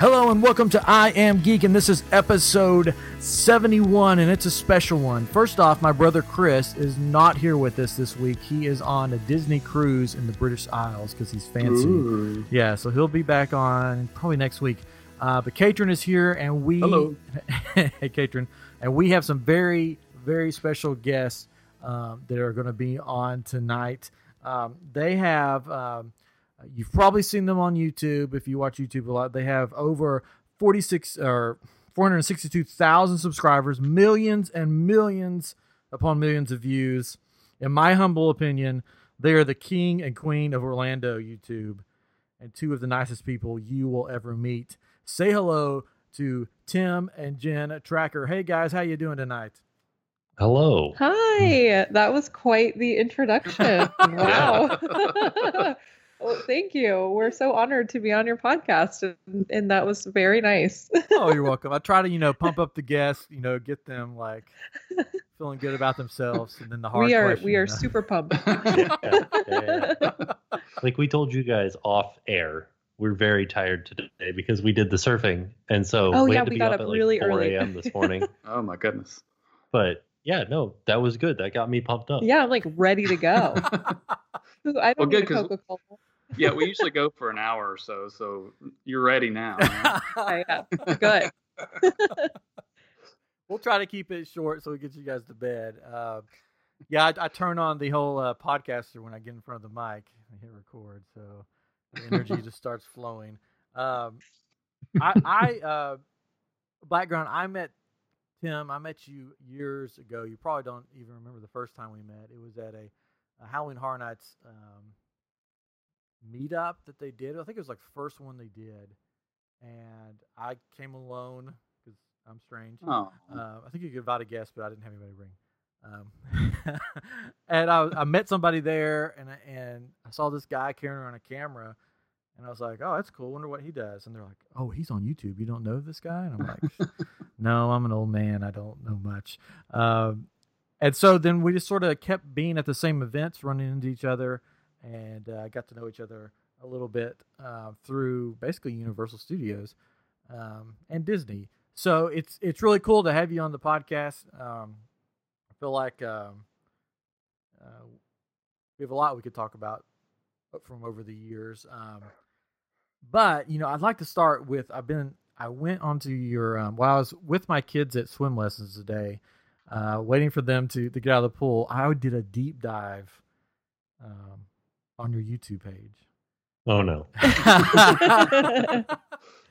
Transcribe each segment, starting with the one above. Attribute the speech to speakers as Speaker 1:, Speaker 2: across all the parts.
Speaker 1: Hello and welcome to I Am Geek, and this is episode 71, and it's a special one. First off, my brother Chris is not here with us this week. He is on a Disney cruise in the British Isles because he's fancy.
Speaker 2: Ooh.
Speaker 1: Yeah, so he'll be back on probably next week. Uh, but Katrin is here, and we
Speaker 2: Hello.
Speaker 1: hey Katrin, and we have some very very special guests um, that are going to be on tonight. Um, they have um, you've probably seen them on YouTube if you watch YouTube a lot. They have over forty six or four hundred sixty two thousand subscribers, millions and millions upon millions of views. In my humble opinion, they are the king and queen of Orlando YouTube and two of the nicest people you will ever meet. Say hello to Tim and Jen Tracker. Hey guys, how you doing tonight?
Speaker 3: Hello.
Speaker 4: Hi, that was quite the introduction. Wow. well, thank you. We're so honored to be on your podcast, and, and that was very nice.
Speaker 1: oh, you're welcome. I try to, you know, pump up the guests, you know, get them like feeling good about themselves and then the hard
Speaker 4: we are
Speaker 1: question,
Speaker 4: we
Speaker 1: you
Speaker 4: are
Speaker 1: know.
Speaker 4: super pumped.
Speaker 3: Yeah, yeah, yeah. Like we told you guys off air, we're very tired today because we did the surfing, and so
Speaker 4: Oh,
Speaker 3: we
Speaker 4: yeah,
Speaker 3: had to
Speaker 4: we
Speaker 3: be
Speaker 4: got
Speaker 3: up
Speaker 4: up
Speaker 3: at like
Speaker 4: really
Speaker 3: 4
Speaker 4: early.
Speaker 3: a.m. this morning.
Speaker 2: Oh my goodness.
Speaker 3: but yeah, no, that was good. That got me pumped up.
Speaker 4: yeah, I'm like ready to go. Ooh,
Speaker 2: Well,
Speaker 4: I
Speaker 2: good,
Speaker 4: don't need
Speaker 2: 'cause-
Speaker 4: Coca Cola.
Speaker 2: yeah, we usually go for an hour or so, so you're ready now. man.
Speaker 4: Oh, Yeah, good.
Speaker 1: we'll try to keep it short so we get you guys to bed. Uh, yeah, I, I turn on the whole uh, podcaster when I get in front of the mic and hit record, so the energy just starts flowing. Um, I, I uh, background. I met Tim. I met you years ago. You probably don't even remember the first time we met. It was at a, a Halloween Horror Nights um, meetup that they did. I think it was like the first one they did, and I came alone because I'm strange.
Speaker 2: Oh.
Speaker 1: Uh, I think you could invite a guest, but I didn't have anybody to bring. Um, and I, I met somebody there, and I, and I saw this guy carrying around a camera, and I was like, "Oh, that's cool. Wonder what he does." And they're like, "Oh, he's on YouTube. You don't know this guy?" And I'm like, "No, I'm an old man. I don't know much." Um, and so then we just sort of kept being at the same events, running into each other, and uh, got to know each other a little bit uh, through basically Universal Studios um, and Disney. So it's it's really cool to have you on the podcast. Um, I feel like um, uh, we have a lot we could talk about uh, from over the years. Um, but you know, I'd like to start with I've been I went onto your um, while I was with my kids at swim lessons today, uh, waiting for them to to get out of the pool. I did a deep dive um, on your YouTube
Speaker 3: Oh no.
Speaker 1: page.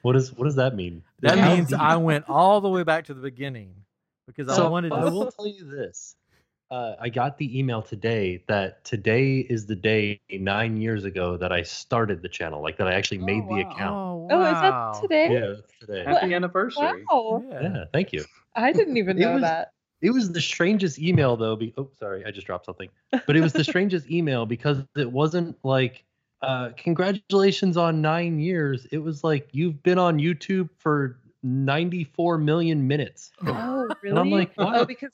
Speaker 3: What does what does that mean?
Speaker 1: That
Speaker 3: How
Speaker 1: means
Speaker 3: deep-
Speaker 1: I went all the way back to the beginning because I
Speaker 3: So
Speaker 1: wanted
Speaker 3: I
Speaker 1: to.
Speaker 3: will tell you this. Uh, I got the email today that today is the day nine years ago that I started the channel, like that I actually
Speaker 2: Oh,
Speaker 3: made the
Speaker 2: wow.
Speaker 3: account.
Speaker 4: Oh, is that today?
Speaker 3: Yeah, that's today.
Speaker 2: Happy anniversary.
Speaker 4: Wow,
Speaker 1: Yeah.
Speaker 3: Yeah, thank you.
Speaker 4: I didn't even
Speaker 3: It
Speaker 4: know
Speaker 3: was-
Speaker 4: that.
Speaker 3: It was the strangest email though. Be- oh, sorry, I just dropped something. But it was the strangest email because it wasn't like, uh, "Congratulations on nine years." It was like you've been on YouTube for ninety-four million minutes.
Speaker 4: Oh, really?
Speaker 3: And I'm like,
Speaker 4: oh,
Speaker 3: "What?"
Speaker 4: because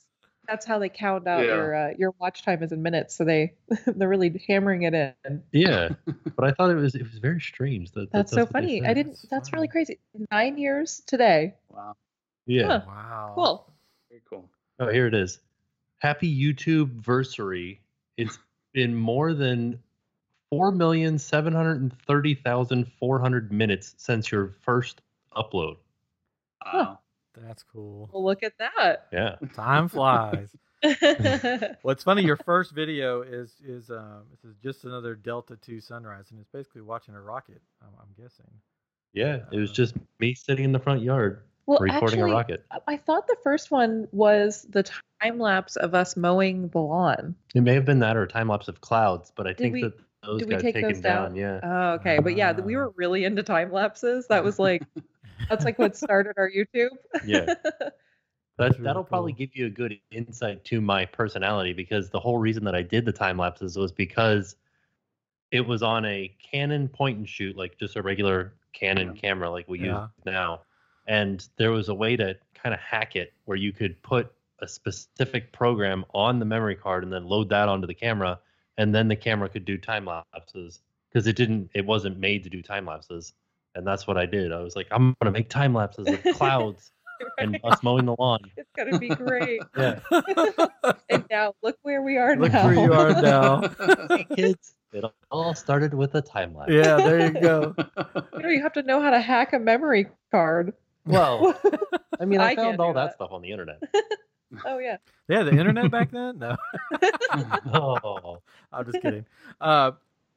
Speaker 4: that's how they count out
Speaker 2: Yeah.
Speaker 4: your uh, your watch time is in minutes. So they they're really hammering it in.
Speaker 3: yeah, but I thought it was it was very strange. That, that
Speaker 4: That's so
Speaker 3: what they
Speaker 4: funny. I
Speaker 3: said.
Speaker 4: didn't.
Speaker 1: That's
Speaker 4: That's really
Speaker 1: funny.
Speaker 4: crazy. Nine years today.
Speaker 2: Wow.
Speaker 3: Yeah.
Speaker 4: Huh.
Speaker 1: Oh, Wow.
Speaker 4: Cool.
Speaker 2: Very cool.
Speaker 3: Oh, here it is. Happy YouTube versary. It's been more than four million seven hundred and thirty thousand four hundred minutes since your first upload.
Speaker 2: Wow.
Speaker 1: That's cool.
Speaker 4: Well, look at that.
Speaker 3: Yeah.
Speaker 1: Time flies.
Speaker 4: oh,
Speaker 1: What's funny, your first video is is um this is just another Delta Two sunrise, and it's basically watching a rocket. I'm, I'm guessing.
Speaker 3: Yeah, it was
Speaker 1: Uh,
Speaker 3: just me sitting in the front yard
Speaker 4: well,
Speaker 3: recording
Speaker 4: actually,
Speaker 3: a rocket.
Speaker 4: I thought the first one was the time lapse of us mowing the lawn.
Speaker 3: It may have been that or a time lapse of clouds, but I think
Speaker 4: we-
Speaker 3: that those
Speaker 4: did we
Speaker 3: got
Speaker 4: take
Speaker 3: taken
Speaker 4: those
Speaker 3: down.
Speaker 4: down?
Speaker 3: Yeah.
Speaker 4: Oh, okay. But yeah, we were really into time lapses. That was like, that's like what started our YouTube.
Speaker 3: Yeah.
Speaker 1: That's
Speaker 3: That,
Speaker 1: really
Speaker 3: that'll probably
Speaker 1: cool.
Speaker 3: give you a good insight to my personality because the whole reason that I did the time lapses was because it was on a Canon point and shoot, like just a regular Canon
Speaker 2: Yeah.
Speaker 3: camera like we
Speaker 1: Yeah.
Speaker 3: use now. And there was a way to kind of hack it where you could put a specific program on the memory card and then load that onto the camera. And then the camera could do time lapses because it didn't, it wasn't made to do time lapses. And that's what I did. I was like, I'm gonna make time lapses of clouds and us mowing the lawn.
Speaker 4: It's gonna be great.
Speaker 3: Yeah,
Speaker 4: and now look where we are
Speaker 1: Look
Speaker 4: now.
Speaker 1: where you are now.
Speaker 3: kids. It all started with a time lapse.
Speaker 1: yeah, there you go.
Speaker 4: You, know, you have to know how to hack a memory card.
Speaker 3: Well, I mean, I,
Speaker 4: I can't
Speaker 3: found all
Speaker 4: do
Speaker 3: that,
Speaker 4: that.
Speaker 3: stuff on the internet.
Speaker 4: Oh yeah.
Speaker 1: Yeah, the internet back then? No,
Speaker 3: oh,
Speaker 1: I'm just kidding. Uh,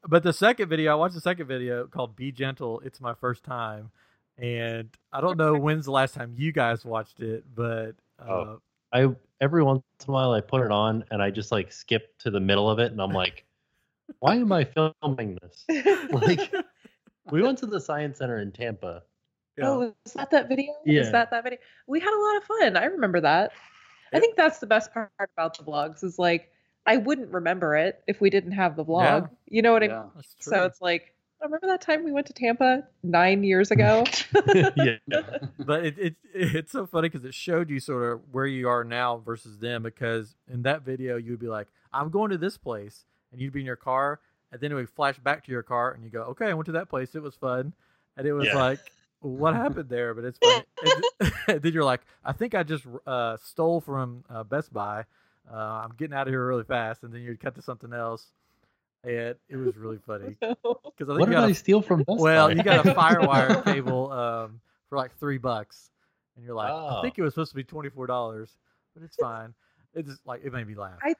Speaker 1: but the second video, I watched the second video called Be Gentle. It's my first time. And I don't know when's the last time you guys watched it, but uh,
Speaker 3: Oh. I every once in a while I put it on and I just like skip to the middle of it and I'm like, why am I filming this? Like, we went to the science center in Tampa.
Speaker 1: yeah.
Speaker 4: Oh, is that that video?
Speaker 3: Yeah.
Speaker 4: Is that that video? We had a lot of fun. I remember that. I
Speaker 1: Yeah.
Speaker 4: think that's the best part about the vlogs is like I wouldn't remember it if we didn't have the vlog. You know what I mean?
Speaker 2: yeah.
Speaker 1: that's true.
Speaker 4: So it's like I remember that time we went to Tampa nine years ago.
Speaker 3: yeah.
Speaker 1: but it, it it's so funny because it showed you sort of where you are now versus them because in that video you would be like i'm going to this place and you'd be in your car and then it would flash back to your car and you go okay i went to that place it was fun and it was
Speaker 3: Yeah.
Speaker 1: like what happened there but it's funny And- and then you're like i think i just uh, stole from uh, best buy uh, i'm getting out of here really fast and then you'd cut to something else and it was really funny because i think
Speaker 3: What
Speaker 1: you
Speaker 3: did
Speaker 1: got a
Speaker 3: I steal from Best
Speaker 1: well,
Speaker 3: Buy?
Speaker 1: you got a FireWire cable um, for like three bucks, and you're like, I
Speaker 3: Oh.
Speaker 1: think it was supposed to be twenty four dollars, but it's fine. It just like it made me laugh.
Speaker 4: I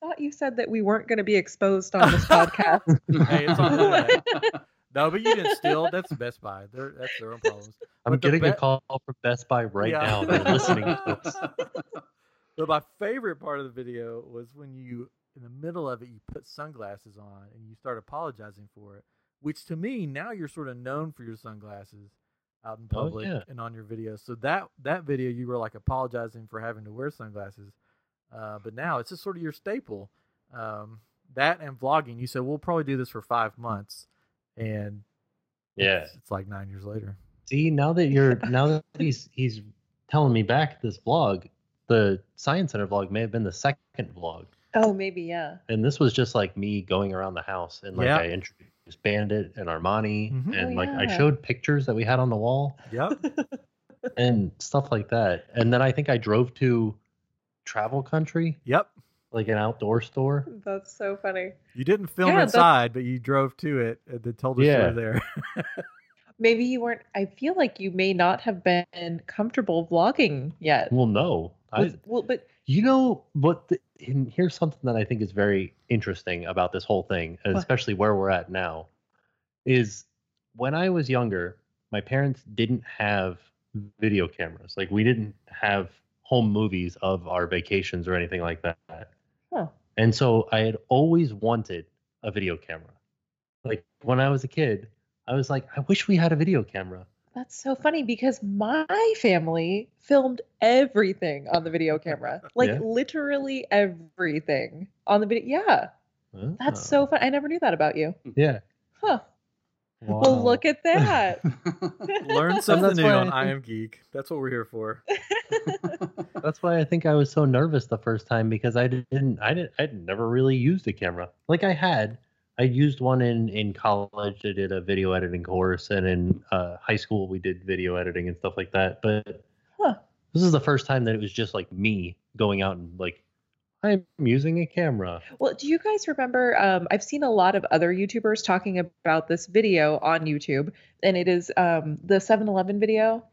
Speaker 4: thought you said that we weren't going to be exposed on this podcast.
Speaker 1: hey, it's on the internet. No, but you didn't steal. That's Best Buy. They're, that's their own problems.
Speaker 3: I'm
Speaker 1: but the
Speaker 3: getting a
Speaker 1: be-
Speaker 3: call from Best Buy right
Speaker 1: Yeah.
Speaker 3: now. They're listening to us.
Speaker 1: But my favorite part of the video was when you, in the middle of it, you put sunglasses on and you start apologizing for it. Which to me now you're sort of known for your sunglasses out in
Speaker 3: Oh,
Speaker 1: public
Speaker 3: yeah.
Speaker 1: and on your videos. So that that video you were like apologizing for having to wear sunglasses, uh, but now it's just sort of your staple. Um, that and vlogging. You said we'll probably do this for five months, and
Speaker 3: Yeah.
Speaker 1: it's, it's like nine years later.
Speaker 3: See, now that you're now that he's he's telling me back this vlog, the science center vlog may have been the second vlog.
Speaker 4: oh, maybe yeah.
Speaker 3: and this was just like me going around the house and like
Speaker 1: Yeah.
Speaker 3: I introduced Bandit and Armani
Speaker 1: Mhm.
Speaker 3: and
Speaker 4: Oh,
Speaker 3: like I
Speaker 4: yeah.
Speaker 3: showed pictures that we had on the wall
Speaker 1: Yep.
Speaker 3: and stuff like that. And then I think I drove to Travel Country,
Speaker 1: yep.
Speaker 3: like an outdoor store.
Speaker 4: That's so funny.
Speaker 1: You didn't film
Speaker 4: Yeah, that's-
Speaker 1: inside, but you drove to it and then told us you
Speaker 3: Yeah.
Speaker 1: were there.
Speaker 4: Maybe you weren't. I feel like you may not have been comfortable vlogging yet.
Speaker 3: Well, no, I,
Speaker 4: With- well, but
Speaker 3: you know what? The, and here's something that I think is very interesting about this whole thing, and
Speaker 4: What?
Speaker 3: especially where we're at now, is when I was younger, my parents didn't have video cameras. Like we didn't have home movies of our vacations or anything like that.
Speaker 4: huh,
Speaker 3: And so I had always wanted a video camera. Like when I was a kid, I was like, I wish we had a video camera.
Speaker 4: that's so funny because my family filmed everything on the video camera, like
Speaker 3: Yeah?
Speaker 4: literally everything on the video. Yeah, that's so fun. I never knew that about you.
Speaker 3: Uh-huh. yeah.
Speaker 4: Huh. Well, look at that.
Speaker 1: Learn
Speaker 3: that's
Speaker 1: something new
Speaker 3: why
Speaker 1: on
Speaker 3: I
Speaker 1: I
Speaker 3: think-
Speaker 1: Am Geek. That's what we're here for.
Speaker 3: That's why I think I was so nervous the first time because I didn't, I didn't, I'd never really used a camera. Like I had, I used one in in college. I did a video editing course, and in uh, high school we did video editing and stuff like that. But
Speaker 4: Huh.
Speaker 3: this is the first time that it was just like me going out and like I'm using a camera.
Speaker 4: Well, do you guys remember? Um, I've seen a lot of other YouTubers talking about this video on YouTube, and it is um, the 7-Eleven video.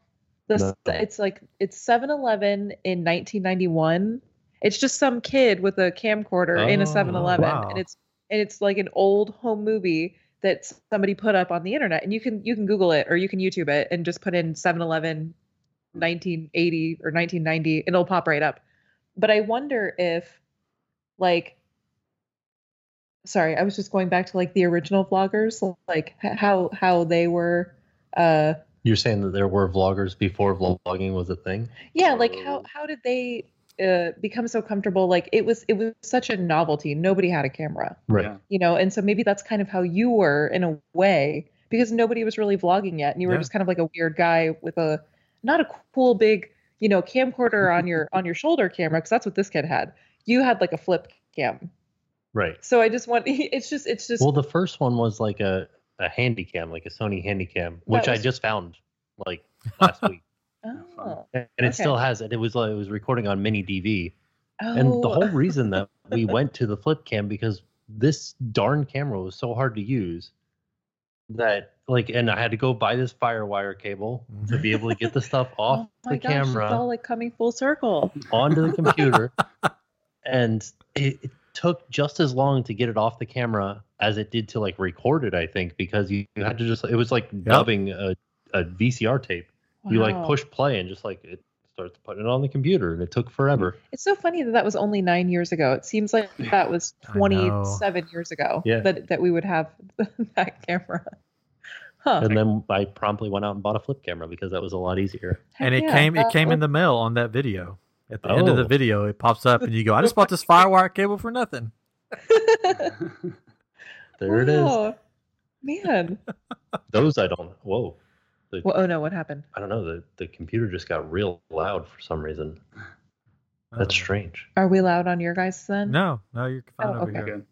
Speaker 4: This
Speaker 3: No.
Speaker 4: it's like it's 7-Eleven in 1991. It's just some kid with a camcorder in a
Speaker 3: Oh,
Speaker 4: 7-Eleven,
Speaker 1: wow.
Speaker 4: and it's and it's like an old home movie that s- somebody put up on the internet, and you can you can Google it or you can YouTube it and just put in 7-Eleven 1980 or 1990 and it'll pop right up but i wonder if like sorry i was just going back to like the original vloggers like h- how how they were uh
Speaker 3: You're saying that there were vloggers before vlogging was a thing.
Speaker 4: yeah like how
Speaker 2: Oh.
Speaker 4: how did they uh become so comfortable like it was it was such a novelty nobody had a camera
Speaker 3: Right.
Speaker 2: Yeah.
Speaker 4: you know and so maybe that's kind of how you were in a way because nobody was really vlogging yet and you were
Speaker 1: Yeah.
Speaker 4: just kind of like a weird guy with a not a cool big you know camcorder on your on your shoulder camera because that's what this kid had you had like a flip cam
Speaker 3: Right.
Speaker 4: so i just want it's just it's just
Speaker 3: Well, the first one was like a a handycam, like a Sony handycam, which I
Speaker 4: was-
Speaker 3: just found like last week,
Speaker 4: Oh.
Speaker 3: and it
Speaker 4: Okay.
Speaker 3: still has it. It was like it was recording on mini DV,
Speaker 4: oh.
Speaker 3: and the whole reason that we went to the flip cam because this darn camera was so hard to use that like, and I had to go buy this firewire cable to be able to get the stuff off
Speaker 4: Oh my
Speaker 3: the
Speaker 4: gosh,
Speaker 3: camera
Speaker 4: It's all like coming full circle.
Speaker 3: onto the computer, and it, it took just as long to get it off the camera as it did to like record it. I think because you, you had to just it was like dubbing a, a VCR tape. You like
Speaker 4: Wow.
Speaker 3: push play and just like it starts putting it on the computer, and it took forever.
Speaker 4: It's so funny that that was only nine years ago. It seems like that was
Speaker 1: I know.
Speaker 4: 27 years ago
Speaker 3: Yeah.
Speaker 4: that, that we would have that camera. Huh.
Speaker 3: And then I promptly went out and bought a flip camera because that was a lot easier.
Speaker 1: and it
Speaker 4: Heck yeah.
Speaker 1: came it
Speaker 4: Uh,
Speaker 1: came in the mail on that video. At the end of the
Speaker 3: Oh.
Speaker 1: video, it pops up and you go, "I just bought this firewire cable for nothing."
Speaker 3: There it is.
Speaker 4: wow. Man.
Speaker 3: Those I don't. Whoa. The,
Speaker 4: Well, oh no, what happened?
Speaker 3: I don't know. The the computer just got real loud for some reason. That's
Speaker 4: Oh.
Speaker 1: Uh,
Speaker 3: strange.
Speaker 4: Are we loud on your guys then?
Speaker 1: No, no, you're fine
Speaker 4: Oh,
Speaker 1: over
Speaker 4: okay.
Speaker 1: here.
Speaker 2: Good.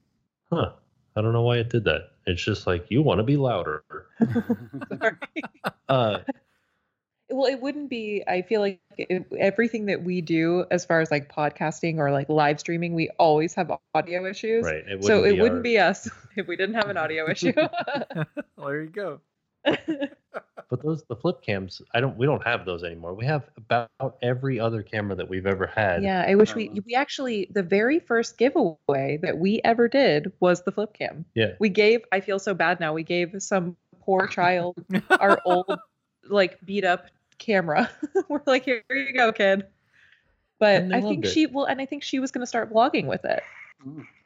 Speaker 3: Huh. I don't know why it did that. It's just like you want to be louder.
Speaker 4: Sorry.
Speaker 3: Uh,
Speaker 4: well, it wouldn't be. I feel like it, everything that we do, as far as like podcasting or like live streaming, we always have audio issues.
Speaker 3: right. It
Speaker 4: so it
Speaker 3: our-
Speaker 4: wouldn't be us if we didn't have an audio issue.
Speaker 1: Well, there you go.
Speaker 3: But those the flip cams. I don't. We don't have those anymore. We have about every other camera that we've ever had.
Speaker 4: Yeah, I wish we
Speaker 2: Um,
Speaker 4: we actually the very first giveaway that we ever did was the flip cam.
Speaker 3: Yeah.
Speaker 4: We gave I feel so bad now. We gave some poor child our old like beat up camera. We're like, here, here you go, kid. But
Speaker 3: And they
Speaker 4: I think
Speaker 3: loved it.
Speaker 4: she well and I think she was gonna start vlogging with it.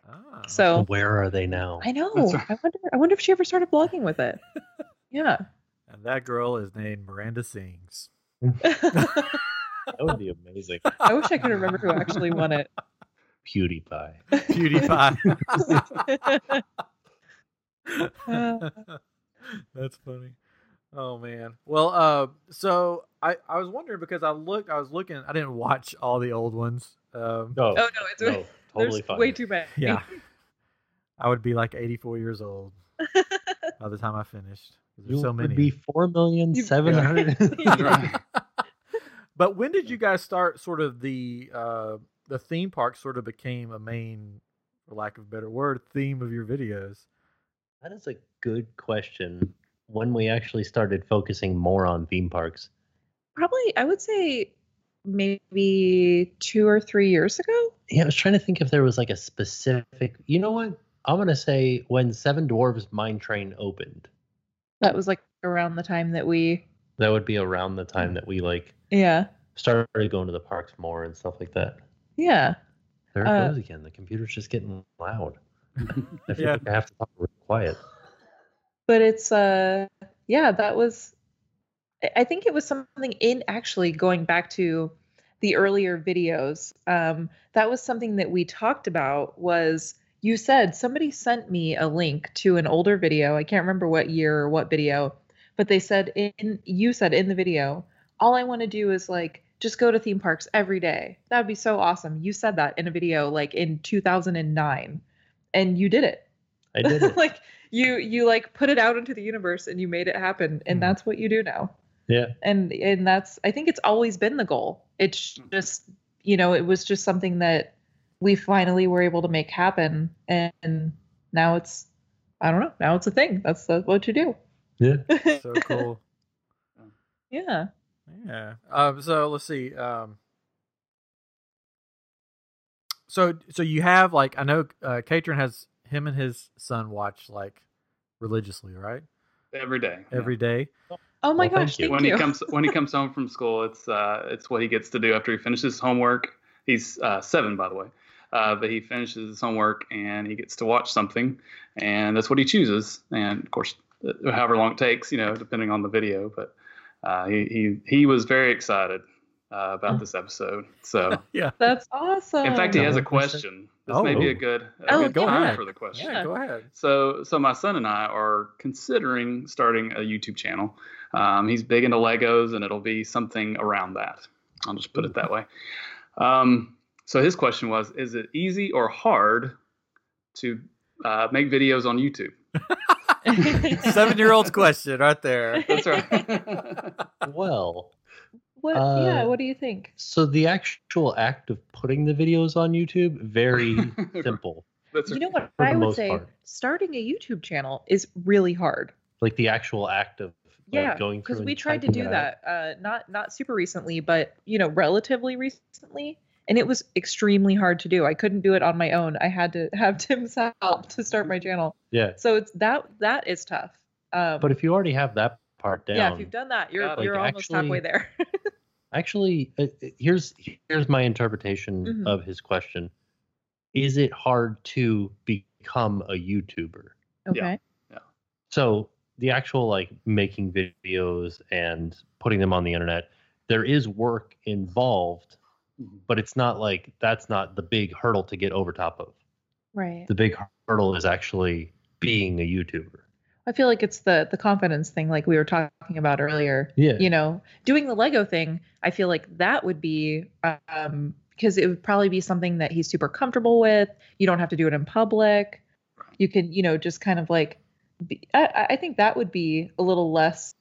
Speaker 1: Ah.
Speaker 4: So
Speaker 3: Where are they now?
Speaker 4: I know.
Speaker 2: That's right.
Speaker 4: I wonder I wonder if she ever started vlogging with it. Yeah.
Speaker 1: and that girl is named Miranda Sings.
Speaker 4: I
Speaker 3: That would be amazing.
Speaker 4: wish I could remember who actually won it.
Speaker 3: PewDiePie.
Speaker 1: PewDiePie.
Speaker 4: Uh.
Speaker 1: That's funny. Oh man. Well, uh, so I I was wondering because I looked, I was looking, I didn't watch all the old ones. Um,
Speaker 3: No.
Speaker 4: Oh no, it's
Speaker 3: no. Totally
Speaker 4: there's
Speaker 3: fine.
Speaker 4: way too many.
Speaker 1: yeah, I would be like 84 years old by the time I finished. There's
Speaker 3: You
Speaker 1: so many.
Speaker 3: would be four million
Speaker 4: You-
Speaker 3: seven hundred.
Speaker 2: Right.
Speaker 1: but when did you guys start sort of the uh, the theme park sort of became a main, for lack of a better word, theme of your videos?
Speaker 3: That is a good question. When we actually started focusing more on theme parks,
Speaker 4: probably i would say maybe two or three years ago
Speaker 3: yeah, I was trying to think if there was like a specific. You know what? I'm gonna say when Seven Dwarves Mine Train opened.
Speaker 4: that was like around the time that we
Speaker 3: That would be around the time that we like
Speaker 4: yeah
Speaker 3: started going to the parks more and stuff like that.
Speaker 4: yeah
Speaker 3: There it
Speaker 4: Uh,
Speaker 3: goes again. The computer's just getting loud. I feel
Speaker 1: Yeah.
Speaker 3: like I have to talk real quiet.
Speaker 4: but it's uh yeah that was I- i think it was something in actually going back to the earlier videos um that was something that we talked about was you said somebody sent me a link to an older video i can't remember what year or what video but they said in you said in the video all i want to do is like just go to theme parks every day that would be so awesome you said that in a video like in 2009 and you did it
Speaker 3: I did it.
Speaker 4: like you you like put it out into the universe and you made it happen and
Speaker 3: Mm.
Speaker 1: Mhm.
Speaker 4: that's what you do now
Speaker 3: Yeah.
Speaker 4: and and that's i think it's always been the goal it's just you know it was just something that we finally were able to make happen and now it's i don't know now it's a thing that's the, what you do
Speaker 3: Yeah.
Speaker 1: So cool.
Speaker 4: yeah
Speaker 1: Yeah. Um, so let's see. Um, so so you have like I know uh, Katrin has him and his son watch like religiously, right?
Speaker 2: Every day. yeah.
Speaker 1: Every day.
Speaker 4: oh my
Speaker 3: Well, thank
Speaker 4: gosh thank
Speaker 3: you.
Speaker 4: you,
Speaker 2: when he comes when he comes home from school, it's uh, it's what he gets to do after he finishes homework. He's uh, seven, by the way, uh, but he finishes his homework and he gets to watch something, and that's what he chooses. And of course, uh, however long it takes, you know, depending on the video. But uh, he, he he was very excited uh,
Speaker 4: Oh.
Speaker 2: about this episode. So
Speaker 4: that's awesome
Speaker 2: in fact, he has a
Speaker 3: Oh.
Speaker 2: question. This
Speaker 1: Oh.
Speaker 2: may be a good a
Speaker 4: Oh,
Speaker 2: good
Speaker 4: go
Speaker 2: time
Speaker 1: ahead.
Speaker 2: for the question.
Speaker 1: Yeah, go ahead.
Speaker 2: So, so my son and I are considering starting a YouTube channel. Um, he's big into Legos, and it'll be something around that. I'll just put it that way. Um, so his question was: Is it easy or hard to uh, make videos on YouTube?
Speaker 1: Seven year old's question right there.
Speaker 2: That's right.
Speaker 3: well,
Speaker 4: What?
Speaker 3: Uh,
Speaker 4: yeah. What do you think?
Speaker 3: so the actual act of putting the videos on YouTube very simple.
Speaker 2: That's
Speaker 4: you know what
Speaker 3: for the
Speaker 4: I would
Speaker 3: most
Speaker 4: say?
Speaker 3: part.
Speaker 4: Starting a YouTube channel is really hard.
Speaker 3: Like the actual act of like, going through
Speaker 4: because
Speaker 3: and
Speaker 4: we tried to
Speaker 3: typing
Speaker 4: do
Speaker 3: it out.
Speaker 4: that uh, not not super recently but you know relatively recently and it was extremely hard to do i couldn't do it on my own i had to have tim's help to start my channel
Speaker 3: Yeah,
Speaker 4: so it's that that is tough um,
Speaker 3: but if you already have that part down,
Speaker 4: yeah if you've done that you're
Speaker 2: Got it.
Speaker 4: you're
Speaker 3: Like,
Speaker 4: almost halfway
Speaker 3: actually-
Speaker 4: there
Speaker 3: actually uh, uh, here's here's my interpretation
Speaker 4: Mhm.
Speaker 3: of his question is it hard to become a youtuber
Speaker 4: okay
Speaker 3: so the actual like making videos and putting them on the internet there is work involved but it's not like that's not the big hurdle to get over top of
Speaker 4: right
Speaker 3: the big hurdle is actually being a youtuber
Speaker 4: i feel like it's the the confidence thing like we were talking about earlier
Speaker 3: yeah
Speaker 4: you know doing the lego thing i feel like that would be um because it would probably be something that he's super comfortable with you don't have to do it in public you can you know just kind of like be, I- I, I think that would be a little less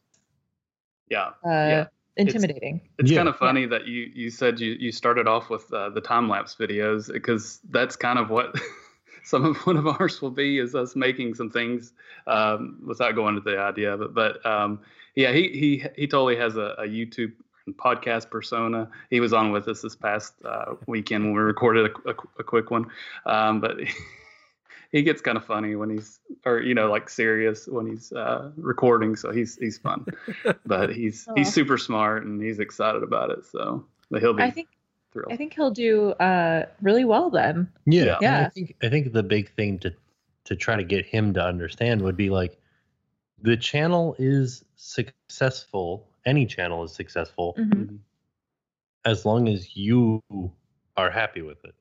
Speaker 2: Yeah.
Speaker 4: uh
Speaker 2: Yeah.
Speaker 4: intimidating
Speaker 2: It's
Speaker 3: Yeah.
Speaker 2: kind of funny that you, you said you, you started off with uh, the time lapse videos because that's kind of what some of one of ours will be is us making some things um, without going into the idea of it. But um, yeah, he he he totally has a, a YouTube and podcast persona. He was on with us this past uh, weekend when we recorded a, a, a quick one. Um, but he gets kind of funny when he's or you know like serious when he's uh, recording. So he's he's fun but he's
Speaker 4: Aw.
Speaker 2: he's super smart and he's excited about it. So but he'll be
Speaker 4: i think
Speaker 2: thrilled.
Speaker 4: i think he'll do uh really well then
Speaker 3: Yeah,
Speaker 2: Yeah.
Speaker 3: and
Speaker 4: Yeah.
Speaker 3: I think I think the big thing to to try to get him to understand would be like the channel is successful. Any channel is successful
Speaker 4: Mhm.
Speaker 2: Mhm.
Speaker 3: as long as you are happy with it.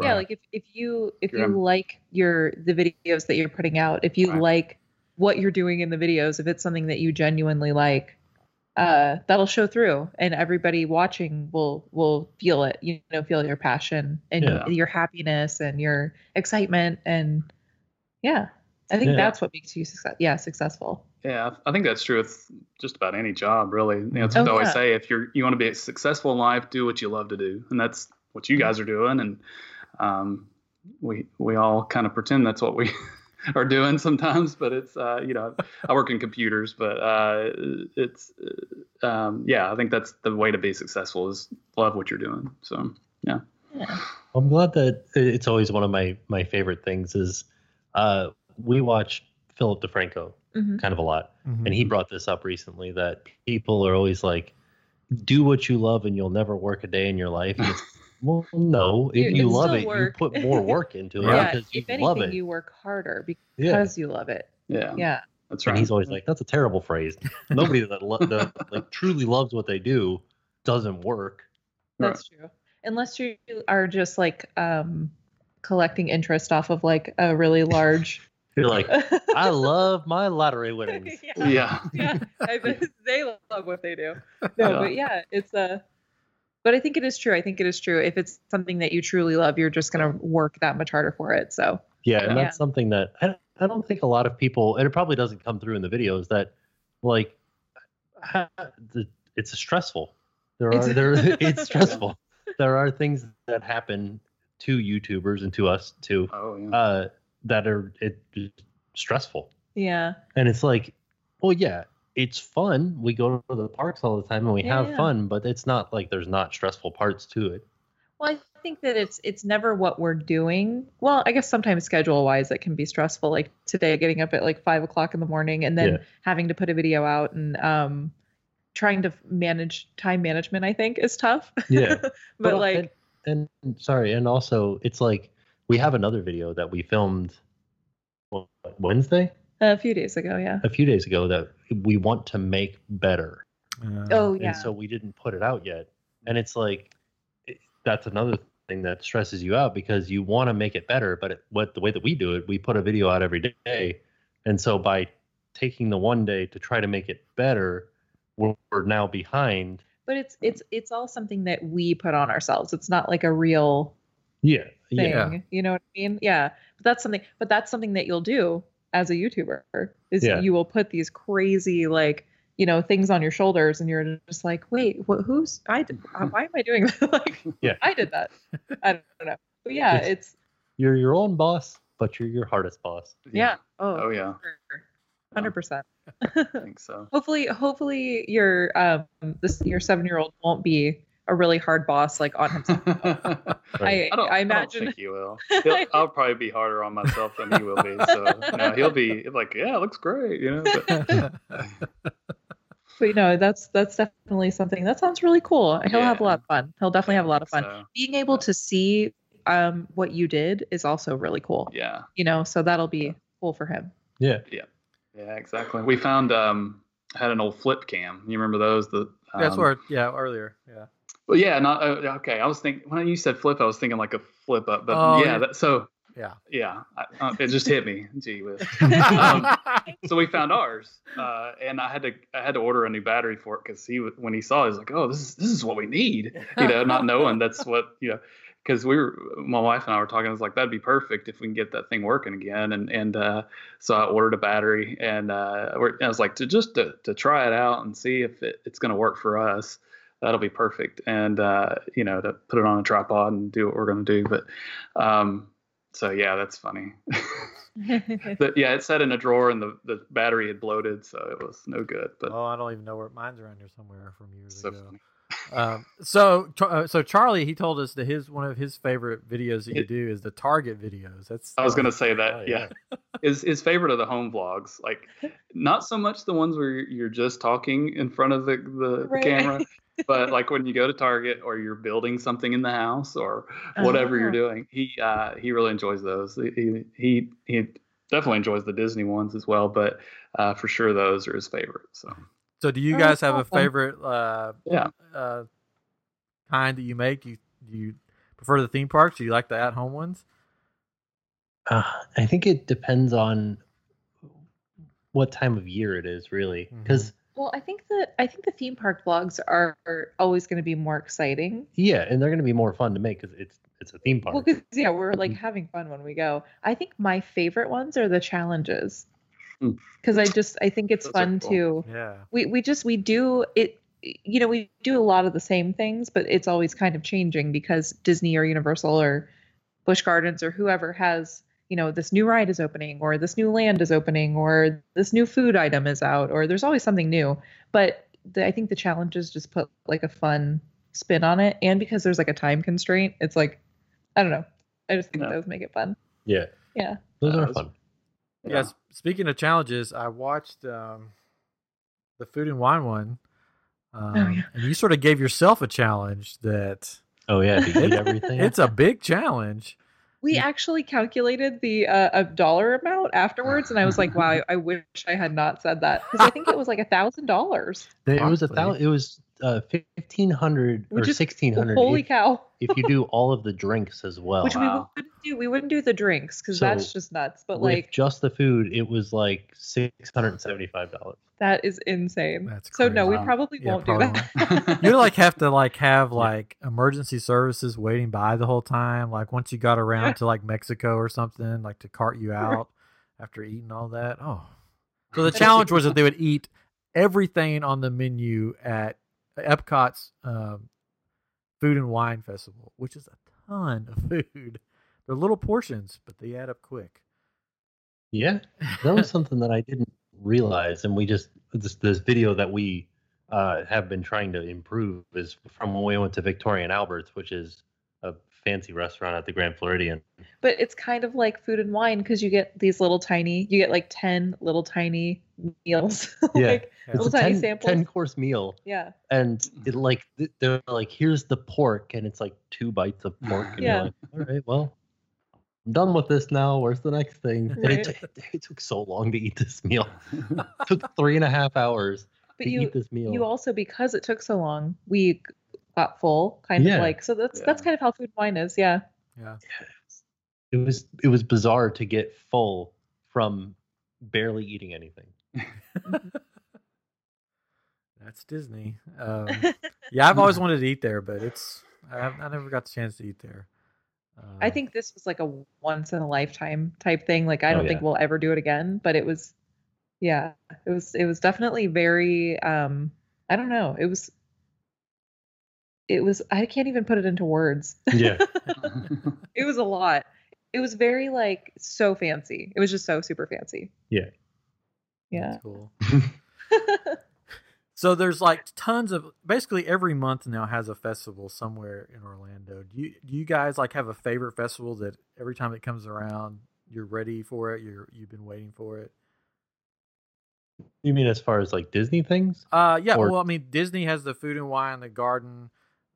Speaker 4: yeah
Speaker 2: Right.
Speaker 4: like if, if you if
Speaker 2: Yeah.
Speaker 4: you like your the videos that you're putting out if you
Speaker 2: Right.
Speaker 4: like what you're doing in the videos if it's something that you genuinely like uh that'll show through and everybody watching will will feel it you know feel your passion and
Speaker 3: Yeah.
Speaker 4: your happiness and your excitement and yeah i think
Speaker 3: Yeah.
Speaker 4: that's what makes you success yeah successful
Speaker 2: yeah, I think that's true. It's just about any job, really. You know, it's what
Speaker 4: Oh,
Speaker 2: I always
Speaker 4: yeah.
Speaker 2: say: if you're you want to be successful in life, do what you love to do, and that's what you guys are doing. And um, we we all kind of pretend that's what we are doing sometimes, but it's uh, you know I work in computers, but uh, it's uh, um, yeah, I think that's the way to be successful is love what you're doing. So
Speaker 4: yeah.
Speaker 3: I'm glad that it's always one of my my favorite things is uh, we watch Philip DeFranco
Speaker 4: hmm
Speaker 3: kind of a lot,
Speaker 1: Mm-hmm.
Speaker 3: and he brought this up recently that people are always like, "Do what you love, and you'll never work a day in your life." And it's, well, no, if
Speaker 4: It-
Speaker 3: you
Speaker 4: it's
Speaker 3: love
Speaker 4: still
Speaker 3: it,
Speaker 4: work.
Speaker 3: you put more work into it
Speaker 1: Yeah,
Speaker 4: yeah
Speaker 3: because you
Speaker 4: if anything
Speaker 3: love it.
Speaker 4: you work harder
Speaker 3: yeah,
Speaker 4: because you love it
Speaker 2: yeah,
Speaker 4: yeah
Speaker 2: that's right.
Speaker 3: and he's always like, "That's a terrible phrase." Nobody that, lo- that like truly loves what they do doesn't work.
Speaker 2: Right.
Speaker 4: That's true. Unless you are just like um collecting interest off of like a really large
Speaker 3: You're like, "I love my lottery winnings."
Speaker 2: yeah.
Speaker 4: yeah, I bet they love what they do. No,
Speaker 2: Yeah.
Speaker 4: but yeah, it's a. But I think it is true. I think it is true. If it's something that you truly love, you're just gonna work that much harder for it. So
Speaker 3: Yeah,
Speaker 2: Yeah.
Speaker 3: and that's something that I, I don't think a lot of people, and it probably doesn't come through in the videos that, like, ha- the, it's stressful. There are
Speaker 4: It's-
Speaker 3: there it's stressful. There are things that happen to YouTubers and to us too
Speaker 2: Oh yeah.
Speaker 3: uh, that are it stressful.
Speaker 4: yeah,
Speaker 3: And it's like, well, yeah, it's fun. We go to the parks all the time and we have
Speaker 4: Yeah.
Speaker 3: fun, but it's not like there's not stressful parts to it.
Speaker 4: Well, I think that it's it's never what we're doing. Well, I guess sometimes schedule wise it can be stressful. Like today, getting up at like five o'clock in the morning and then
Speaker 3: Yeah.
Speaker 4: having to put a video out and um, trying to manage time management. I think is tough.
Speaker 3: Yeah.
Speaker 4: but,
Speaker 3: But,
Speaker 4: like,
Speaker 3: and, and- sorry, and also it's like we have another video that we filmed what, Wednesday
Speaker 4: a few days ago, yeah.
Speaker 3: a few days ago that we want to make better,
Speaker 4: Oh yeah.
Speaker 3: and so we didn't put it out yet. And it's like it, that's another thing that stresses you out because you want to make it better, but it, what the way that we do it, we put a video out every day, and so by taking the one day to try to make it better, we're, we're now behind.
Speaker 4: but it's it's it's all something that we put on ourselves. It's not like a real
Speaker 3: Yeah,
Speaker 4: thing.
Speaker 1: Yeah.
Speaker 4: You know what I mean? Yeah. But that's something but that's something that you'll do as a YouTuber is
Speaker 3: Yeah.
Speaker 4: you will put these crazy like you know things on your shoulders and you're just like wait what who's I did uh, why am I doing that like
Speaker 3: Yeah.
Speaker 4: I did that I don't know but yeah
Speaker 3: It's-
Speaker 4: it's
Speaker 3: You're your own boss, but you're your hardest boss.
Speaker 4: yeah, oh
Speaker 2: Oh yeah.
Speaker 4: hundred percent
Speaker 2: I think so.
Speaker 4: hopefully hopefully your um this your seven year old won't be a really hard boss like on himself
Speaker 2: I
Speaker 4: I,
Speaker 3: Right.
Speaker 4: I,
Speaker 2: don't. I
Speaker 4: imagine
Speaker 2: don't think he will. He'll, I'll probably be harder on myself than he will be. So no, he'll be like, yeah, it looks great, you know. But,
Speaker 4: But no, that's that's definitely something that sounds really cool. He'll have a
Speaker 2: Yeah.
Speaker 4: lot of fun. He'll definitely have a lot of fun.
Speaker 2: so,
Speaker 4: Being able to see um, what you did is also really cool.
Speaker 2: yeah.
Speaker 4: You know, so that'll be cool for him.
Speaker 3: Yeah.
Speaker 2: Yeah. Exactly. We found um had an old flip cam. You remember those? The um,
Speaker 1: That's where, yeah, earlier, yeah.
Speaker 2: Well, yeah, not uh, okay. I was thinking when you said flip, I was thinking like a flip up, but
Speaker 1: Oh,
Speaker 2: yeah,
Speaker 1: yeah.
Speaker 2: that, so
Speaker 1: Yeah.
Speaker 2: yeah, I, uh, it just hit me. Gee whiz.
Speaker 1: Um,
Speaker 2: So we found ours, uh, and I had to I had to order a new battery for it because he w- when he saw, it, he was like, "Oh, this is this is what we need," you know, not knowing that's what you know. Because we were, my wife and I were talking. I was like, "That'd be perfect if we can get that thing working again." And and uh, so I ordered a battery, and uh, we're, I was like, to just to, to try it out and see if it, it's going to work for us that'll be perfect and uh you know to put it on a tripod and do what we're going to do but um so yeah that's funny but yeah it sat in a drawer and the the battery had bloated so it was no good but
Speaker 1: oh, I don't even know where mine's around here somewhere from years
Speaker 2: so
Speaker 1: ago.
Speaker 2: funny.
Speaker 1: Um, so, Char- uh, so Charlie, he told us that his one of his favorite videos that you do is the Target videos. That's
Speaker 2: i was going to say that
Speaker 3: Oh,
Speaker 2: yeah, His, his favorite of the home vlogs like not so much the ones where you're just talking in front of the, the
Speaker 4: Right.
Speaker 2: camera but like when you go to target or you're building something in the house or
Speaker 4: Uh-huh.
Speaker 2: whatever you're doing. He uh, he really enjoys those. He he he definitely enjoys the Disney ones as well, but uh, for sure those are his favorite. So
Speaker 1: So, do you
Speaker 4: Oh,
Speaker 1: guys
Speaker 4: that's
Speaker 1: have a
Speaker 4: awesome.
Speaker 1: favorite uh,
Speaker 2: Yeah.
Speaker 1: uh, kind that you make? You do you prefer the theme parks? Do you like the at home ones?
Speaker 3: Uh, I think it depends on what time of year it is, really. Because,
Speaker 4: Well, I think the I think the theme park vlogs are, are always going to be more exciting.
Speaker 3: yeah, and they're going to be more fun to make because it's, it's a theme park.
Speaker 4: Well, because yeah, we're like
Speaker 3: Mhm.
Speaker 2: Mm-hmm.
Speaker 4: having fun when we go. I think my favorite ones are the challenges
Speaker 2: Hmm.
Speaker 4: because I just I think it's
Speaker 2: Those are
Speaker 4: fun
Speaker 2: cool.
Speaker 4: to
Speaker 1: Yeah.
Speaker 4: we we just we do it you know we do a lot of the same things but it's always kind of changing because disney or universal or bush gardens or whoever has you know this new ride is opening or this new land is opening or this new food item is out or there's always something new but the, i think the challenges just put like a fun spin on it and because there's like a time constraint it's like i don't know i just think
Speaker 2: Yeah.
Speaker 4: those make it fun
Speaker 3: yeah.
Speaker 4: yeah
Speaker 3: Those
Speaker 2: Uh,
Speaker 3: are
Speaker 2: those-
Speaker 3: fun.
Speaker 1: Yeah. s- Speaking of challenges, I watched um, the food and wine one, um,
Speaker 4: yeah.
Speaker 1: and you sort of gave yourself a challenge that
Speaker 3: Oh, yeah. To eat everything.
Speaker 1: it's a big challenge.
Speaker 4: we
Speaker 1: Yeah.
Speaker 4: actually calculated the uh, a dollar amount afterwards and i was like wow I, I wish i had not said that because i think it was like a thousand dollars
Speaker 3: They- it was a
Speaker 1: Broccoli.
Speaker 3: thousand. It was uh, fifteen hundred or
Speaker 4: Which is-
Speaker 3: sixteen hundred.
Speaker 4: holy
Speaker 3: if,
Speaker 4: cow
Speaker 3: if you do all of the drinks as well,
Speaker 4: which
Speaker 2: wow.
Speaker 4: we wouldn't do we wouldn't do the drinks because
Speaker 3: So,
Speaker 4: that's just nuts but
Speaker 3: with
Speaker 4: like
Speaker 3: just the food, it was like six hundred seventy-five dollars.
Speaker 4: that is insane
Speaker 1: That's
Speaker 4: so no we
Speaker 2: crazy.
Speaker 4: probably
Speaker 1: Yeah,
Speaker 4: won't do
Speaker 1: probably
Speaker 4: that
Speaker 1: You like have to like have like emergency services waiting by the whole time. Like once you got around to like Mexico or something, like to cart you out after eating all that. Oh, so the challenge was that they would eat everything on the menu at Epcot's um, Food and Wine Festival, which is a ton of food. They're little portions, but they add up quick.
Speaker 3: Yeah, that was something that I didn't realize, and we just this this video that we uh, have been trying to improve is from when we went to Victoria and Alberts, which is a fancy restaurant at the Grand Floridian.
Speaker 4: but it's kind of like food and wine because you get these little tiny you get like 10 little tiny meals
Speaker 3: Yeah.
Speaker 4: like
Speaker 1: It's
Speaker 4: little
Speaker 3: It's a
Speaker 4: tiny
Speaker 3: 10,
Speaker 4: samples
Speaker 3: 10 course meal,
Speaker 4: yeah
Speaker 3: and it like th- they're like, here's the pork, and it's like two bites of pork, and
Speaker 4: Yeah.
Speaker 3: you're like, all right, well, I'm done with this now. Where's the next thing? And
Speaker 4: Right.
Speaker 3: it, t- it took so long to eat this meal. it took three and a half hours
Speaker 4: but
Speaker 3: to
Speaker 4: you
Speaker 3: eat this meal.
Speaker 4: you also because it took so long we got full kind
Speaker 3: Yeah.
Speaker 4: of like so that's
Speaker 2: Yeah.
Speaker 4: that's kind of how food and wine is yeah
Speaker 1: Yeah.
Speaker 3: it was it was bizarre to get full from barely eating anything.
Speaker 1: That's Disney. Um, yeah, I've always wanted to eat there, but it's I, I never got the chance to eat there.
Speaker 4: I think this was like a once in a lifetime type thing. Like I
Speaker 3: Oh,
Speaker 4: don't think
Speaker 3: yeah.
Speaker 4: we'll ever do it again, but it was yeah, it was it was definitely very um I don't know. It was it was I can't even put it into words.
Speaker 3: yeah.
Speaker 4: It was a lot. It was very like so fancy. It was just so super fancy.
Speaker 3: Yeah.
Speaker 4: Yeah.
Speaker 1: That's cool. So there's like tons of basically every month now has a festival somewhere in Orlando. Do you do you guys like have a favorite festival that every time it comes around you're ready for it, you're you've been waiting for it?
Speaker 3: You mean as far as like Disney things?
Speaker 1: Uh yeah,
Speaker 3: Or-
Speaker 1: well I mean Disney has the food and wine, the garden.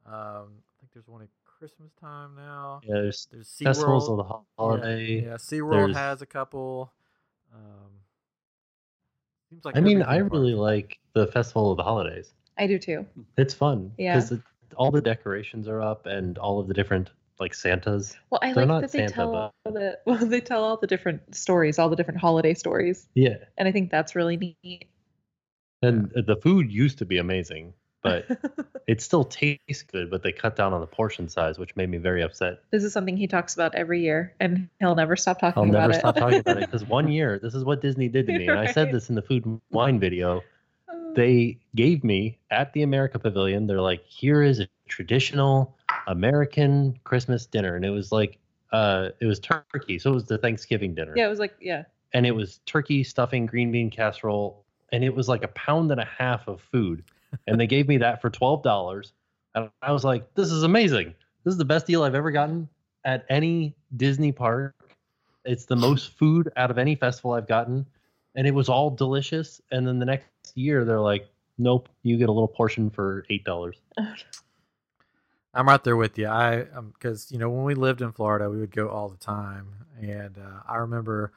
Speaker 1: Um I think there's one at Christmas time now.
Speaker 3: Yeah, there's
Speaker 1: There's
Speaker 3: festivals
Speaker 1: SeaWorld.
Speaker 3: of the holiday.
Speaker 1: Yeah, SeaWorld
Speaker 3: There's-
Speaker 1: has a couple. Um seems like
Speaker 3: I mean,
Speaker 1: every
Speaker 3: I
Speaker 1: theme park-
Speaker 3: really like the festival of the holidays.
Speaker 4: I do too.
Speaker 3: It's fun.
Speaker 4: Yeah.
Speaker 3: Because all the decorations are up and all of the different like Santas.
Speaker 4: Well, I
Speaker 3: They're
Speaker 4: like
Speaker 3: not
Speaker 4: that they
Speaker 3: Santa,
Speaker 4: tell
Speaker 3: but-
Speaker 4: all the well, they tell all the different stories, all the different holiday stories,
Speaker 3: Yeah.
Speaker 4: and I think that's really neat.
Speaker 3: And the food used to be amazing, but it still tastes good, but they cut down on the portion size, which made me very upset.
Speaker 4: This is something he talks about every year, and he'll never stop talking
Speaker 3: I'll
Speaker 4: about
Speaker 3: never
Speaker 4: it.
Speaker 3: stop talking about it because one year, this is what Disney did to me. And I said
Speaker 4: Right.
Speaker 3: this in the food and wine video. They gave me at the America Pavilion, they're like, here is a traditional American Christmas dinner. And it was like, uh, it was turkey. So it was the Thanksgiving dinner.
Speaker 4: yeah, it was like yeah,
Speaker 3: And it was turkey, stuffing, green bean casserole. And it was like a pound and a half of food. And they gave me that for $12. And I was like, this is amazing. This is the best deal I've ever gotten at any Disney park. It's the most food out of any festival I've gotten. And it was all delicious. And then the next year, they're like, nope, you get a little portion for $8.
Speaker 1: I'm right there with you. I because you know when we lived in Florida, we would go all the time, and uh, I remember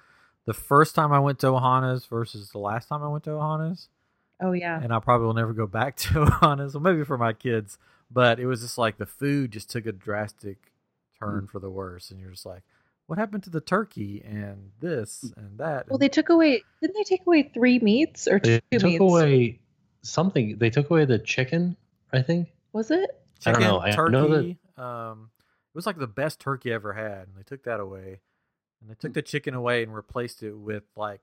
Speaker 1: the first time I went to Ohana's versus the last time I went to Ohana's,
Speaker 4: oh yeah,
Speaker 1: and I probably will never go back to Ohana's. Well, maybe for my kids, but it was just like the food just took a drastic
Speaker 4: Mm.
Speaker 1: turn for the worse, and you're just like, what happened to the turkey and this and that?
Speaker 4: Well,
Speaker 1: And
Speaker 4: they took away. Didn't they take away three meats or two
Speaker 3: They took
Speaker 4: meats?
Speaker 3: away something. They took away the chicken, I think.
Speaker 4: Was it?
Speaker 3: I don't know. I know that-
Speaker 1: turkey. Um, it was like the best turkey I ever had, and they took that away, and they took the chicken away and replaced it with like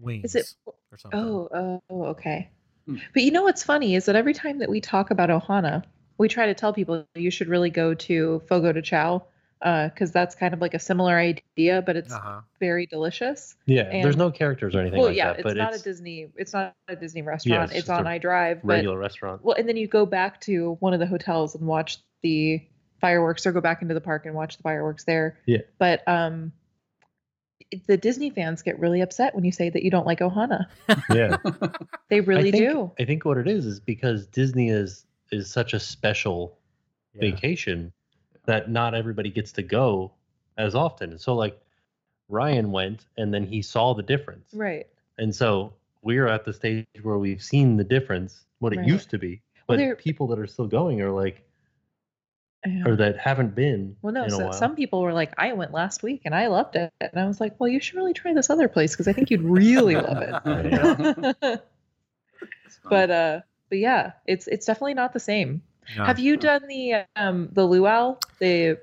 Speaker 1: wings
Speaker 4: Is it?
Speaker 1: or something.
Speaker 4: Oh, oh, oh, okay.
Speaker 2: Hmm.
Speaker 4: But you know what's funny is that every time that we talk about Ohana, we try to tell people you should really go to Fogo de Chao because that's kind of like a similar idea, but it's
Speaker 1: uh huh.
Speaker 4: very delicious.
Speaker 3: Yeah, there's
Speaker 4: And-
Speaker 3: no characters or Ah. anything
Speaker 4: Well,
Speaker 3: like
Speaker 4: yeah,
Speaker 3: that.
Speaker 4: it's
Speaker 3: but
Speaker 4: not
Speaker 3: it's
Speaker 4: a Disney. It's not a Disney restaurant. it's
Speaker 3: just
Speaker 4: on
Speaker 3: a
Speaker 4: iDrive, but
Speaker 3: regular restaurant.
Speaker 4: Well, and then you go back to one of the hotels and watch the fireworks, or go back into the park and watch the fireworks there.
Speaker 3: Yeah.
Speaker 4: But um, the Disney fans get really upset when you say that you don't like Ohana.
Speaker 3: yeah,
Speaker 4: They really
Speaker 3: I think,
Speaker 4: do.
Speaker 3: I think what it is is because Disney is is such a special
Speaker 1: Yeah.
Speaker 3: vacation that not everybody gets to go as often. And so like Ryan went and then he saw the difference.
Speaker 4: Right.
Speaker 3: And so we're at the stage where we've seen the difference, what it
Speaker 4: Right.
Speaker 3: used to be.
Speaker 4: Well,
Speaker 3: But
Speaker 4: there-
Speaker 3: people that are still going are like
Speaker 4: Yeah.
Speaker 3: or that haven't been
Speaker 4: Well, no.
Speaker 3: in a
Speaker 4: So
Speaker 3: while.
Speaker 4: some people were like, "I went last week and I loved it," and I was like, "Well, you should really try this other place because I think you'd really love it."
Speaker 2: It's fun.
Speaker 4: but uh, but yeah, it's it's definitely not the same.
Speaker 1: No.
Speaker 4: Have you done the um the luau? The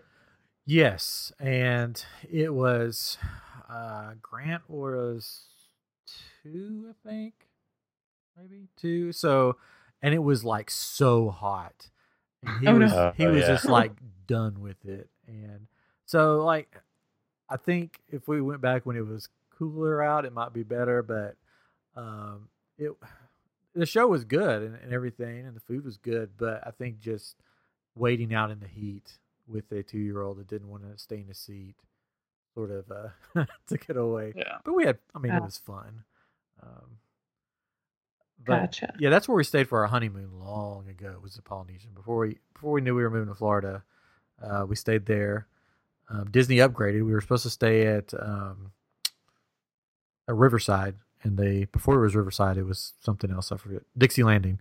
Speaker 1: Yes, and it was uh, Grant was two, I think, maybe two. So, and it was like so hot, and he
Speaker 4: Oh, no.
Speaker 1: was
Speaker 3: Oh,
Speaker 1: he was
Speaker 3: yeah.
Speaker 1: just like done with it, and so like I think if we went back when it was cooler out, it might be better, but um, it the show was good and, and everything, and the food was good, but I think just waiting out in the heat with a two year old that didn't want to stay in a seat sort of uh, took it away.
Speaker 2: yeah.
Speaker 1: But we had, I mean, it
Speaker 4: Ah.
Speaker 1: was fun. Um, but
Speaker 4: gotcha.
Speaker 1: yeah, that's where we stayed for our honeymoon long ago. Was the Polynesian before we before we knew we were moving to Florida. Uh, we stayed there. Um, Disney upgraded. We were supposed to stay at um, a Riverside, and they before it was Riverside, it was something else. I forget Dixie Landing,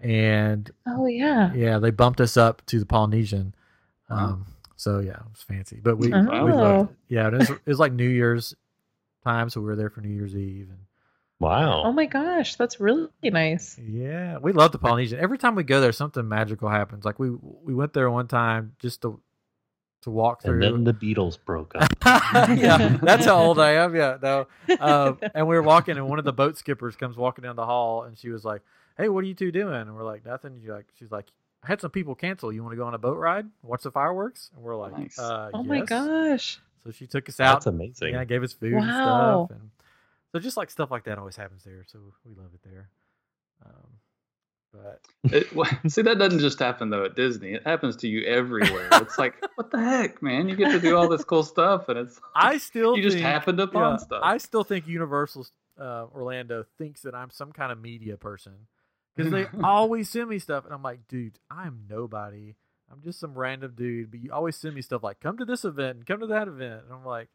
Speaker 1: and
Speaker 4: Oh yeah.
Speaker 1: yeah, they bumped us up to the Polynesian.
Speaker 2: Wow.
Speaker 1: Um, so yeah, it was fancy, but we,
Speaker 4: Oh.
Speaker 1: we loved it. Yeah, and it was, it was like New Year's time, so we were there for New Year's Eve, and
Speaker 3: Wow.
Speaker 4: Oh my gosh, that's really nice.
Speaker 1: yeah, we loved the Polynesian. Every time we go there, something magical happens. Like we we went there one time just to to walk through.
Speaker 3: And then the Beatles broke up.
Speaker 1: yeah, that's how old I am. Yeah, no. Um, and we were walking, and one of the boat skippers comes walking down the hall, and she was like, "Hey, what are you two doing?" And we're like, "Nothing." She's like, "She's like, I had some people cancel. You want to go on a boat ride, watch the fireworks?" And we're like,
Speaker 2: Nice.
Speaker 1: uh,
Speaker 4: oh my
Speaker 1: yes.
Speaker 4: gosh.
Speaker 1: So she took us out.
Speaker 3: That's amazing.
Speaker 1: Yeah, gave us food
Speaker 4: Wow.
Speaker 1: and stuff. And so just like stuff like that always happens there. So we love it there. Um, but
Speaker 2: It, well, see, that doesn't just happen though at Disney. It happens to you everywhere. It's like, what the heck, man? You get to do all this cool stuff, and it's
Speaker 1: I still
Speaker 2: you just
Speaker 1: think-
Speaker 2: happened upon
Speaker 1: yeah,
Speaker 2: stuff.
Speaker 1: I still think Universal uh, Orlando thinks that I'm some kind of media person because they always send me stuff, and I'm like, dude, I'm nobody. I'm just some random dude, but you always send me stuff like, come to this event, and come to that event, and I'm like,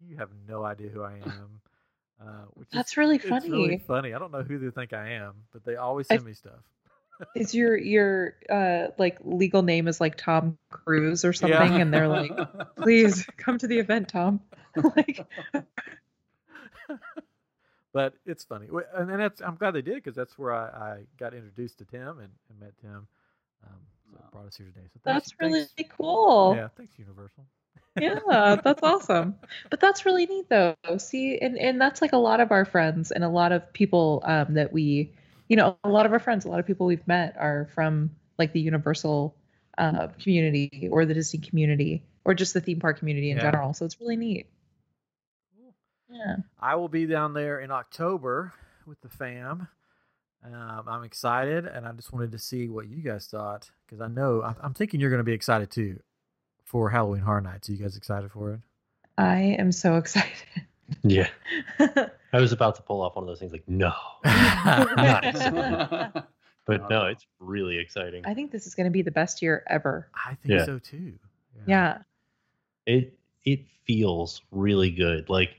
Speaker 1: you have no idea who I am. Uh, which is-
Speaker 4: That's really
Speaker 1: it's really
Speaker 4: funny.
Speaker 1: funny. I don't know who they think I am, but they always
Speaker 4: I-
Speaker 1: send me stuff.
Speaker 4: Is your your uh like legal name is like Tom Cruise or something? And they're like, please come to the event, Tom. like
Speaker 1: but it's funny, Wh- and, and that's I'm glad they did because that's where I, I got introduced to Tim and, and met Tim. Um, so
Speaker 2: Wow.
Speaker 1: brought us here today. So thanks,
Speaker 4: that's really
Speaker 1: thanks-
Speaker 4: cool.
Speaker 1: Yeah, thanks Universal.
Speaker 4: yeah that's awesome but that's really neat though see and and that's like a lot of our friends and a lot of people um that we you know a lot of our friends a lot of people we've met are from like the universal uh community or the disney community or just the theme park community in
Speaker 1: Yeah.
Speaker 4: general so it's really neat yeah
Speaker 1: I will be down there in October with the fam. Um, I'm excited, and I just wanted to see what you guys thought because I know I'm, I'm thinking you're going to be excited too for Halloween Horror Nights. Are you guys excited for it?
Speaker 4: i am so excited
Speaker 3: Yeah. I was about to pull off one of those things like, no. Nice. But no, it's really exciting.
Speaker 4: i think this is going to be the best year ever
Speaker 1: I think
Speaker 3: Yeah.
Speaker 1: so too.
Speaker 4: yeah
Speaker 3: It it feels really good. Like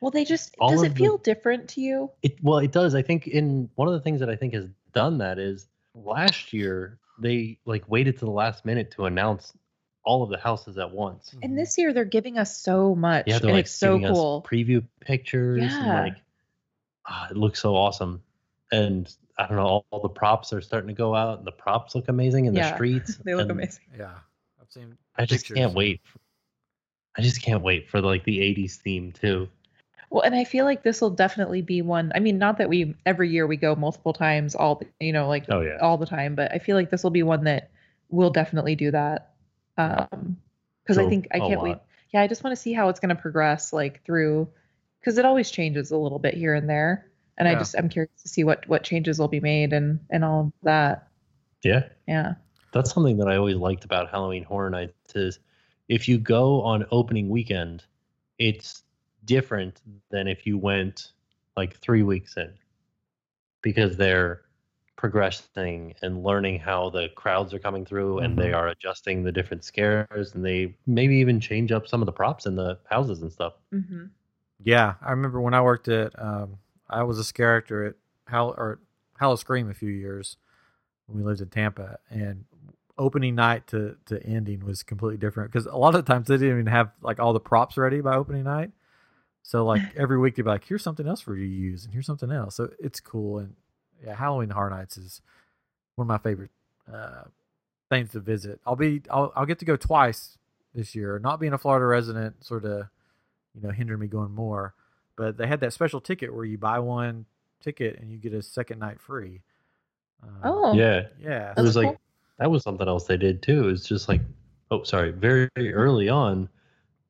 Speaker 4: well they just
Speaker 3: All
Speaker 4: does
Speaker 3: of
Speaker 4: it
Speaker 3: the-
Speaker 4: feel different to you
Speaker 3: It well, it does. I think in one of the things that I think has done that is last year they like waited to the last minute to announce all of the houses at once.
Speaker 1: Mhm.
Speaker 4: and this year they're giving us so much
Speaker 3: Mm-hmm. Yeah, they're
Speaker 4: and
Speaker 3: like
Speaker 4: it's so
Speaker 3: giving us
Speaker 4: cool
Speaker 3: preview pictures
Speaker 4: Yeah.
Speaker 3: and like ah, it looks so awesome. And I don't know, all, all the props are starting to go out and the props look amazing in
Speaker 4: Yeah,
Speaker 3: the streets.
Speaker 4: they look
Speaker 3: and
Speaker 4: amazing.
Speaker 1: yeah. I've seen.
Speaker 3: I just
Speaker 1: pictures.
Speaker 3: can't wait. for- I just can't wait for like the 80s theme too.
Speaker 4: Well, and I feel like this will definitely be one. I mean, not that we every year we go multiple times, all the- you know, like
Speaker 3: Oh yeah.
Speaker 4: all the time, but I feel like this will be one that will definitely do that. Um, because I
Speaker 3: Drove
Speaker 4: think I
Speaker 3: a
Speaker 4: can't wait.
Speaker 3: lot.
Speaker 4: Yeah, I just want to see how it's going to progress, like through, because it always changes a little bit here and there, and I
Speaker 1: Yeah.
Speaker 4: just I'm curious to see what what changes will be made and and all of that.
Speaker 3: Yeah.
Speaker 4: Yeah.
Speaker 3: That's something that I always liked about Halloween Horror Nights is if you go on opening weekend, it's different than if you went like three weeks in because they're progressing and learning how the crowds are coming through and they
Speaker 1: Mhm.
Speaker 3: are adjusting the different scares and they maybe even change up some of the props in the houses and stuff.
Speaker 4: Mm-hmm.
Speaker 1: Yeah, I remember when I worked at um, I was a scare actor at Hal or Hall Scream a few years when we lived in Tampa, and opening night to to ending was completely different because a lot of the times they didn't even have like all the props ready by opening night. So like every week they'd be like, "Here's something else for you to use, and here's something else." So it's cool, and yeah, Halloween Horror Nights is one of my favorite uh, things to visit. I'll be I'll I'll get to go twice this year. Not being a Florida resident sort of you know hindered me going more, but they had that special ticket where you buy one ticket and you get a second night free. Um,
Speaker 4: Oh,
Speaker 3: Yeah.
Speaker 1: yeah,
Speaker 3: it
Speaker 4: That's
Speaker 3: was like
Speaker 4: cool.
Speaker 3: that was something else they did too. It's just like, oh, sorry, very, very early on,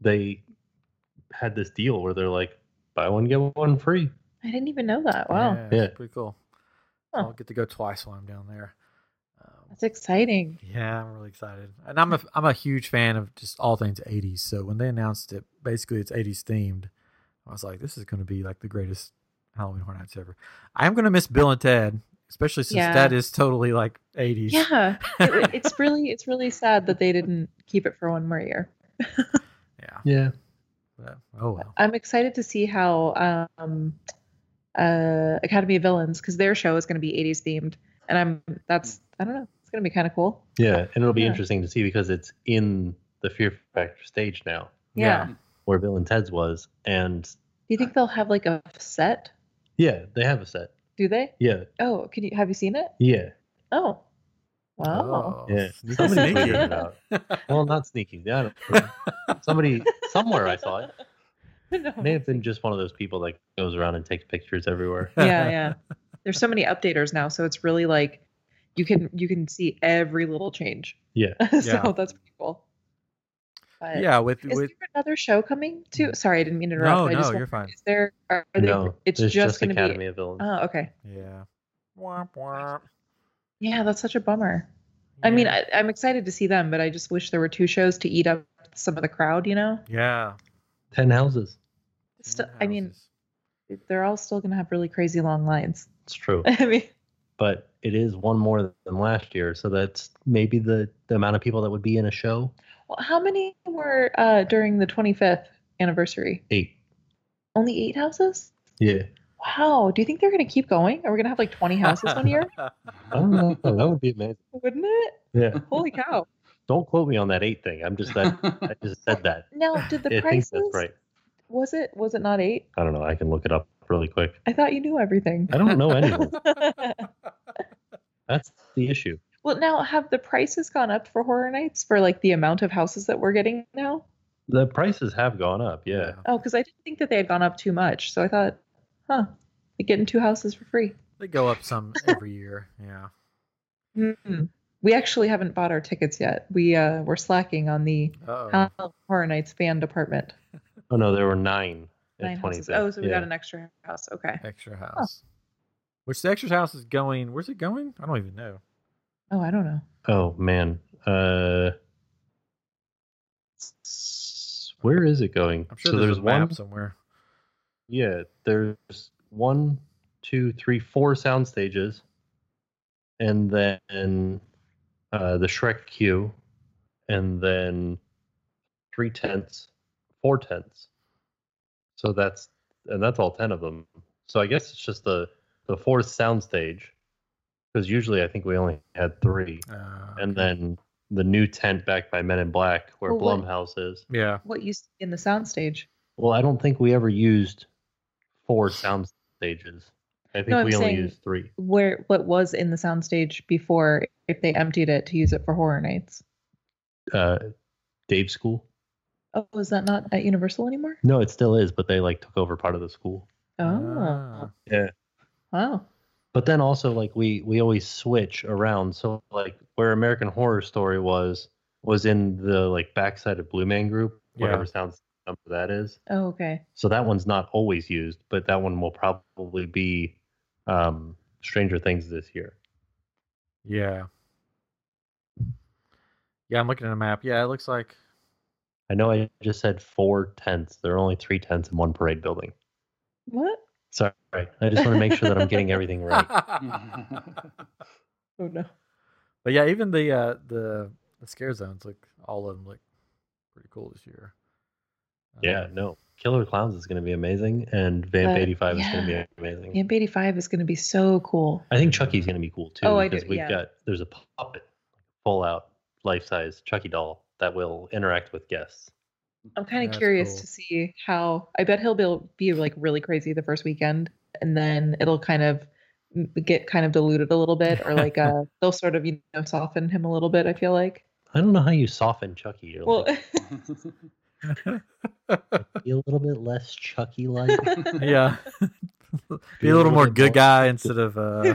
Speaker 3: they had this deal where they're like, buy one get one free.
Speaker 4: I didn't even know that. Wow,
Speaker 1: yeah,
Speaker 3: Yeah.
Speaker 1: It's pretty cool.
Speaker 4: Huh.
Speaker 1: I'll get to go twice while I'm down there. Um,
Speaker 4: that's exciting.
Speaker 1: yeah, I'm really excited, and I'm a I'm a huge fan of just all things '80s. So when they announced it, basically it's '80s themed. I was like, this is going to be like the greatest Halloween Horror Nights ever. I am going to miss Bill and Ted, especially since
Speaker 4: Yeah.
Speaker 1: that is totally like '80s.
Speaker 4: Yeah, it, it's really it's really sad that they didn't keep it for one more year.
Speaker 1: yeah.
Speaker 3: Yeah.
Speaker 1: But, oh well.
Speaker 4: I'm excited to see how um, uh, Academy of Villains because their show is going to be 80s themed, and I'm that's I don't know it's going to be kind of cool.
Speaker 3: Yeah. And it'll be
Speaker 4: Yeah.
Speaker 3: interesting to see because it's in the Fear Factor stage now,
Speaker 4: Yeah. Do
Speaker 3: where Bill and Ted's was. And
Speaker 4: you think they'll have like a set?
Speaker 3: yeah, they have a set.
Speaker 4: Do they?
Speaker 3: Yeah.
Speaker 4: Oh, can you have you seen it?
Speaker 3: Yeah.
Speaker 4: Oh, Wow.
Speaker 3: Yeah.
Speaker 1: sneaky,
Speaker 3: Somebody
Speaker 1: sneaky.
Speaker 3: tweeted it out. Well, not sneaky. I don't know. Somebody somewhere I saw it.
Speaker 4: No.
Speaker 3: May have been just one of those people that goes around and takes pictures everywhere.
Speaker 4: yeah, yeah. There's so many updaters now, so it's really like you can you can see every little change.
Speaker 3: Yeah.
Speaker 4: so
Speaker 1: Yeah.
Speaker 4: that's pretty cool. But
Speaker 1: yeah, with
Speaker 4: Is
Speaker 1: with
Speaker 4: there another show coming too? Sorry, I didn't mean to interrupt.
Speaker 1: no,
Speaker 4: I just
Speaker 1: no, you're
Speaker 4: wondered,
Speaker 1: fine.
Speaker 4: Is there? Are are they,
Speaker 3: no,
Speaker 4: it's
Speaker 3: there's just,
Speaker 4: just, going to
Speaker 3: Academy
Speaker 4: be.
Speaker 3: of Villains.
Speaker 4: Oh, okay.
Speaker 1: Yeah. Womp womp.
Speaker 4: Yeah, that's such a bummer. I mean,
Speaker 1: Yeah.
Speaker 4: I, I'm excited to see them, but I just wish there were two shows to eat up some of the crowd. You know,
Speaker 1: yeah.
Speaker 3: Ten houses.
Speaker 4: still,
Speaker 1: Tin
Speaker 4: I mean,
Speaker 1: houses.
Speaker 4: they're all still going to have really crazy long lines.
Speaker 3: It's true,
Speaker 4: I mean,
Speaker 3: but it is one more than last year, so that's maybe the the amount of people that would be in a show.
Speaker 4: well, how many were uh, during the 25th anniversary?
Speaker 3: Eight.
Speaker 4: Only eight houses.
Speaker 3: Yeah.
Speaker 4: Wow. Do you think they're going to keep going? Are we going to have like 20 houses one year?
Speaker 3: I don't know. that would be amazing.
Speaker 4: Wouldn't it?
Speaker 3: Yeah.
Speaker 4: Holy cow.
Speaker 3: Don't quote me on that eight thing. I'm just that I just said that.
Speaker 4: Now, did the
Speaker 3: I think
Speaker 4: prices
Speaker 3: that's right.
Speaker 4: was it was it not 8?
Speaker 3: I don't know. I can look it up really quick.
Speaker 4: I thought you knew everything.
Speaker 3: I don't know anyone. That's the issue.
Speaker 4: well, now have the prices gone up for horror nights for like the amount of houses that we're getting now?
Speaker 3: The prices have gone up. Yeah.
Speaker 4: Oh, cuz I didn't think that they had gone up too much. So I thought, huh, they're getting two houses for free.
Speaker 1: They go up some every year. Yeah.
Speaker 4: Hmm. We actually haven't bought our tickets yet. We uh we're slacking on the
Speaker 1: Uh-oh.
Speaker 4: Halloween Horror Nights fan department.
Speaker 3: Oh no, there were nine. at
Speaker 4: Nine houses.
Speaker 3: 25th.
Speaker 4: Oh, so we
Speaker 3: Yeah.
Speaker 4: got an extra house. Okay.
Speaker 1: Extra house. Which the extra house is going, where's it going? I don't even know.
Speaker 4: Oh, I don't know.
Speaker 3: Oh man. Uh s- where is it going?
Speaker 1: I'm sure
Speaker 3: so
Speaker 1: there's,
Speaker 3: there's,
Speaker 1: a
Speaker 3: one
Speaker 1: map somewhere.
Speaker 3: Yeah, there's one, two, three, four sound stages. And then uh the Shrek queue. And then three tents, four tents. So that's and that's all ten of them. So I guess it's just the the fourth sound stage. Because usually I think we only had three
Speaker 1: Uh,
Speaker 3: and then the new tent back by Men in Black, where
Speaker 4: Well, what-
Speaker 3: Blumhouse is.
Speaker 1: yeah.
Speaker 4: What you see in the soundstage?
Speaker 3: Well, I don't think we ever used four sound stages. I think
Speaker 4: I'm
Speaker 3: we only
Speaker 4: saying-
Speaker 3: used three.
Speaker 4: where what was in the soundstage before if they emptied it to use it for horror nights.
Speaker 3: Uh, Dave's school?
Speaker 4: Oh, is that not at Universal anymore?
Speaker 3: No, it still is, but they like took over part of the school.
Speaker 4: Oh,
Speaker 1: Ah.
Speaker 3: Yeah.
Speaker 4: wow.
Speaker 3: But then also like we we always switch around. So like where American Horror Story was was in the like backside of Blue Man Group,
Speaker 1: Yeah.
Speaker 3: whatever sounds number that is.
Speaker 4: Oh, okay.
Speaker 3: So that one's not always used, but that one will probably be um, Stranger Things this year.
Speaker 1: Yeah. Yeah, I'm looking at a map. Yeah, it looks like
Speaker 3: I know I just said four tents. There are only three tents in one parade building.
Speaker 4: What?
Speaker 3: Sorry. I just want to make sure that I'm getting everything right.
Speaker 4: Oh no.
Speaker 1: But yeah, even the uh, the the scare zones look all of them look pretty cool this year. Uh,
Speaker 3: Yeah, no. Killer Clowns is going to be amazing, and Vamp
Speaker 4: Uh,
Speaker 3: 85 is going
Speaker 4: yeah.
Speaker 3: to be amazing.
Speaker 4: Amp 85 is going to be so cool.
Speaker 3: I think Chucky's going to be cool too.
Speaker 4: Oh, I
Speaker 3: because
Speaker 4: do,
Speaker 3: we've
Speaker 4: yeah.
Speaker 3: got, there's a puppet, full out, life size Chucky doll that will interact with guests.
Speaker 4: I'm kind of
Speaker 1: That's
Speaker 4: curious
Speaker 1: cool.
Speaker 4: to see how. I bet he'll be, be like really crazy the first weekend, and then it'll kind of m- get kind of diluted a little bit, or like uh, they'll sort of you know soften him a little bit. I feel like.
Speaker 3: I don't know how you soften Chucky. You're
Speaker 4: Well,
Speaker 3: like,
Speaker 1: Yeah.
Speaker 3: be a little bit less Chucky like.
Speaker 1: yeah. Be a little more good guy instead of uh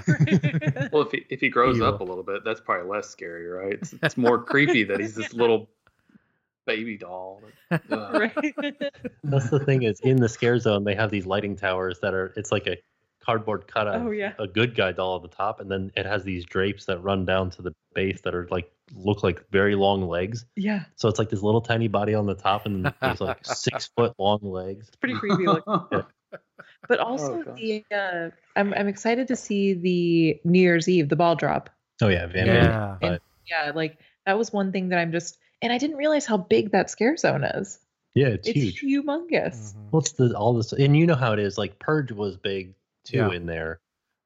Speaker 2: well, if he, if he grows
Speaker 1: Evil.
Speaker 2: up a little bit, that's probably less scary, right? It's, it's more creepy that he's this little baby doll. uh, Ugh.
Speaker 4: right.
Speaker 3: That's the thing is in the scare zone they have these lighting towers that are it's like a cardboard cutout
Speaker 4: Oh,
Speaker 3: of
Speaker 4: yeah.
Speaker 3: a good guy doll at the top and then it has these drapes that run down to the base that are like look like very long legs.
Speaker 4: yeah.
Speaker 3: So it's like this little tiny body on the top and then there's like six foot long legs.
Speaker 4: It's pretty creepy looking. But also
Speaker 2: gosh.
Speaker 4: the uh, I'm I'm excited to see the New Year's Eve, the ball drop.
Speaker 3: Oh yeah, Van Damme.
Speaker 1: yeah.
Speaker 4: Yeah, like that was one thing that I'm just and I didn't realize how big that scare zone is.
Speaker 3: Yeah, it's,
Speaker 4: It's
Speaker 3: huge. Mm-hmm.
Speaker 4: humongous.
Speaker 1: Mhm.
Speaker 3: What's the all this and you know how it is, like Purge was big too
Speaker 1: Yeah.
Speaker 3: in there.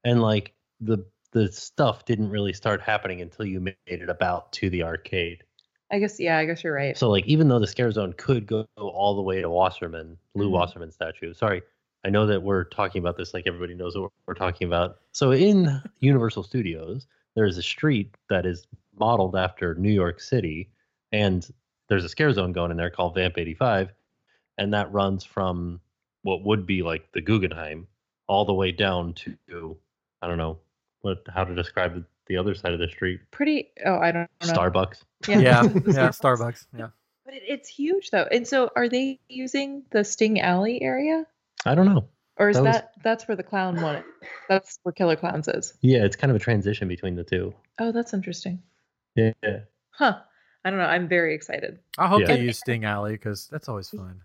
Speaker 3: And like the the stuff didn't really start happening until you made it about to the arcade.
Speaker 4: I guess yeah, I guess you're right.
Speaker 3: So like even though the scare zone could go all the way to Wasserman, Lou
Speaker 4: Mhm.
Speaker 3: Wasserman statue. Sorry. I know that we're talking about this like everybody knows what we're talking about. So in Universal Studios, there is a street that is modeled after New York City, and there's a scare zone going in there called Vamp 85, and that runs from what would be like the Guggenheim all the way down to I don't know what how to describe the other side of the street,
Speaker 4: Pretty. Oh, I don't know.
Speaker 3: Starbucks.
Speaker 1: Yeah, yeah, Starbucks. Yeah.
Speaker 4: But it, it's huge though. And so, are they using the Sting Alley area,
Speaker 3: I don't know.
Speaker 4: or is
Speaker 3: That
Speaker 4: that,
Speaker 3: was-
Speaker 4: that's where the clown one? That's where Killer Clowns is.
Speaker 3: Yeah, it's kind of a transition between the two.
Speaker 4: Oh, that's interesting.
Speaker 3: Yeah.
Speaker 4: Huh. I don't know. I'm very excited.
Speaker 1: I hope
Speaker 3: Yeah.
Speaker 1: they use Sting Alley because that's always fun.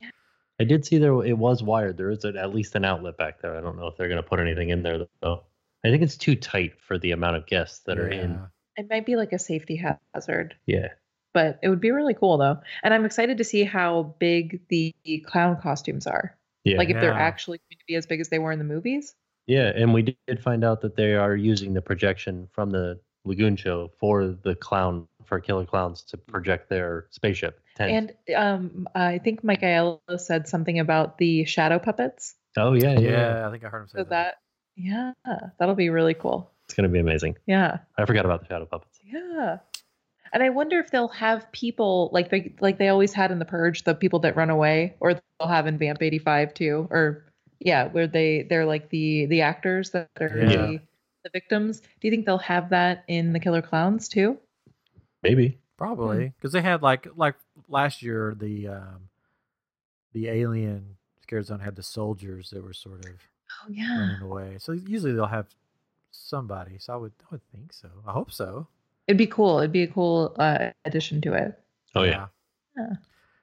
Speaker 3: I did see there it was wired. There is a, at least an outlet back there. I don't know if they're going to put anything in there though. I think it's too tight for the amount of guests that are in.
Speaker 1: Yeah.
Speaker 4: It might be like a safety ha- hazard,
Speaker 3: Yeah.
Speaker 4: but it would be really cool though. And I'm excited to see how big the clown costumes are.
Speaker 3: Yeah.
Speaker 4: Like if they're
Speaker 1: Yeah.
Speaker 4: actually going to be as big as they were in the movies.
Speaker 3: yeah, and we did find out that they are using the projection from the Lagoon show for the clown for Killer Clowns to project their spaceship tent.
Speaker 4: And um, I think Mike Aiello said something about the shadow puppets.
Speaker 3: oh yeah, yeah,
Speaker 1: Yeah.
Speaker 3: yeah.
Speaker 1: I think I heard him say
Speaker 4: So
Speaker 1: that.
Speaker 4: that, yeah, that'll be really cool.
Speaker 3: It's going to be amazing.
Speaker 4: Yeah,
Speaker 3: I forgot about the shadow puppets.
Speaker 4: yeah. And I wonder if they'll have people like they like they always had in the Purge, the people that run away, or they'll have in Vamp eighty five too, or yeah, where they they're like the the actors that are
Speaker 1: Yeah.
Speaker 4: the, the victims. Do you think they'll have that in the Killer Clowns too?
Speaker 3: Maybe.
Speaker 1: Probably because they had like like last year the um the alien scare zone had the soldiers that were sort of
Speaker 4: Oh yeah,
Speaker 1: running away. So usually they'll have somebody. So I would I would think so. I hope so.
Speaker 4: it'd be cool. It'd be a cool uh, addition to it.
Speaker 3: Oh yeah.
Speaker 1: Yeah.
Speaker 4: Yeah.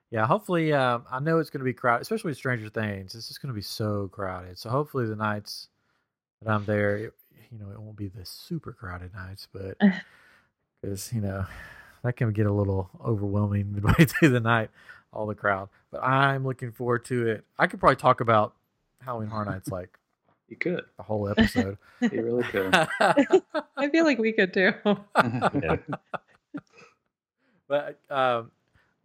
Speaker 1: Yeah, hopefully, um, I know it's going to be crowded, especially with Stranger Things. It's just going to be so crowded. So hopefully, the nights that I'm there, it, you know, it won't be the super crowded nights, but because you know that can get a little overwhelming midway through the night, all the crowd. But I'm looking forward to it. I could probably talk about Halloween Horror Nights like
Speaker 2: You could.
Speaker 1: a whole episode.
Speaker 2: You really could.
Speaker 4: I feel like we could too. Oh
Speaker 3: Yeah.
Speaker 1: But um,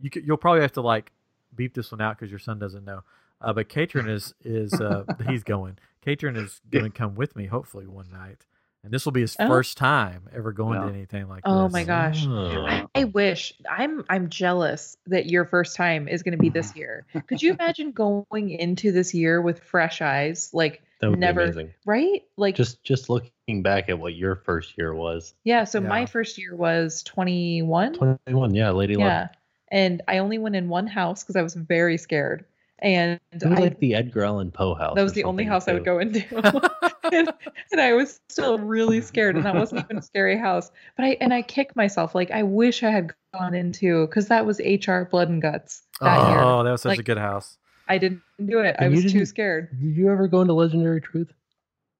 Speaker 1: you could, you'll probably have to like beep this one out because your son doesn't know. Uh, but Katrin is is uh, he's going. Katrin is
Speaker 2: Yeah.
Speaker 1: going to come with me hopefully one night, and this will be his
Speaker 4: Oh.
Speaker 1: first time ever going
Speaker 2: Wow.
Speaker 1: to anything like
Speaker 4: Oh
Speaker 1: this.
Speaker 4: my gosh.
Speaker 3: Oh.
Speaker 4: I wish I'm I'm jealous that your first time is going to be this year. Could you imagine going into this year with fresh eyes, like
Speaker 3: That would
Speaker 4: Never.
Speaker 3: be amazing.
Speaker 4: right? Like
Speaker 3: Just just looking back at what your first year was.
Speaker 4: yeah, so
Speaker 1: Yeah.
Speaker 4: my first year was 21.
Speaker 3: 21, yeah, Lady Luck.
Speaker 4: yeah. And I only went in one house cuz I was very scared. And
Speaker 3: It was
Speaker 4: I-
Speaker 3: like the Edgar Allan Poe house.
Speaker 4: that was
Speaker 3: or
Speaker 4: the only
Speaker 3: something,
Speaker 4: house I would
Speaker 3: too.
Speaker 4: go into. and, and I was still really scared, and that wasn't even a scary house. But I and I kicked myself. Like I wish I had gone into because that was HR Blood and Guts that year.
Speaker 1: Oh, that was such a
Speaker 4: Like-
Speaker 1: good house.
Speaker 4: I didn't do it. I
Speaker 3: And you
Speaker 4: was too
Speaker 3: didn't-
Speaker 4: scared.
Speaker 3: Did you ever go into Legendary Truth?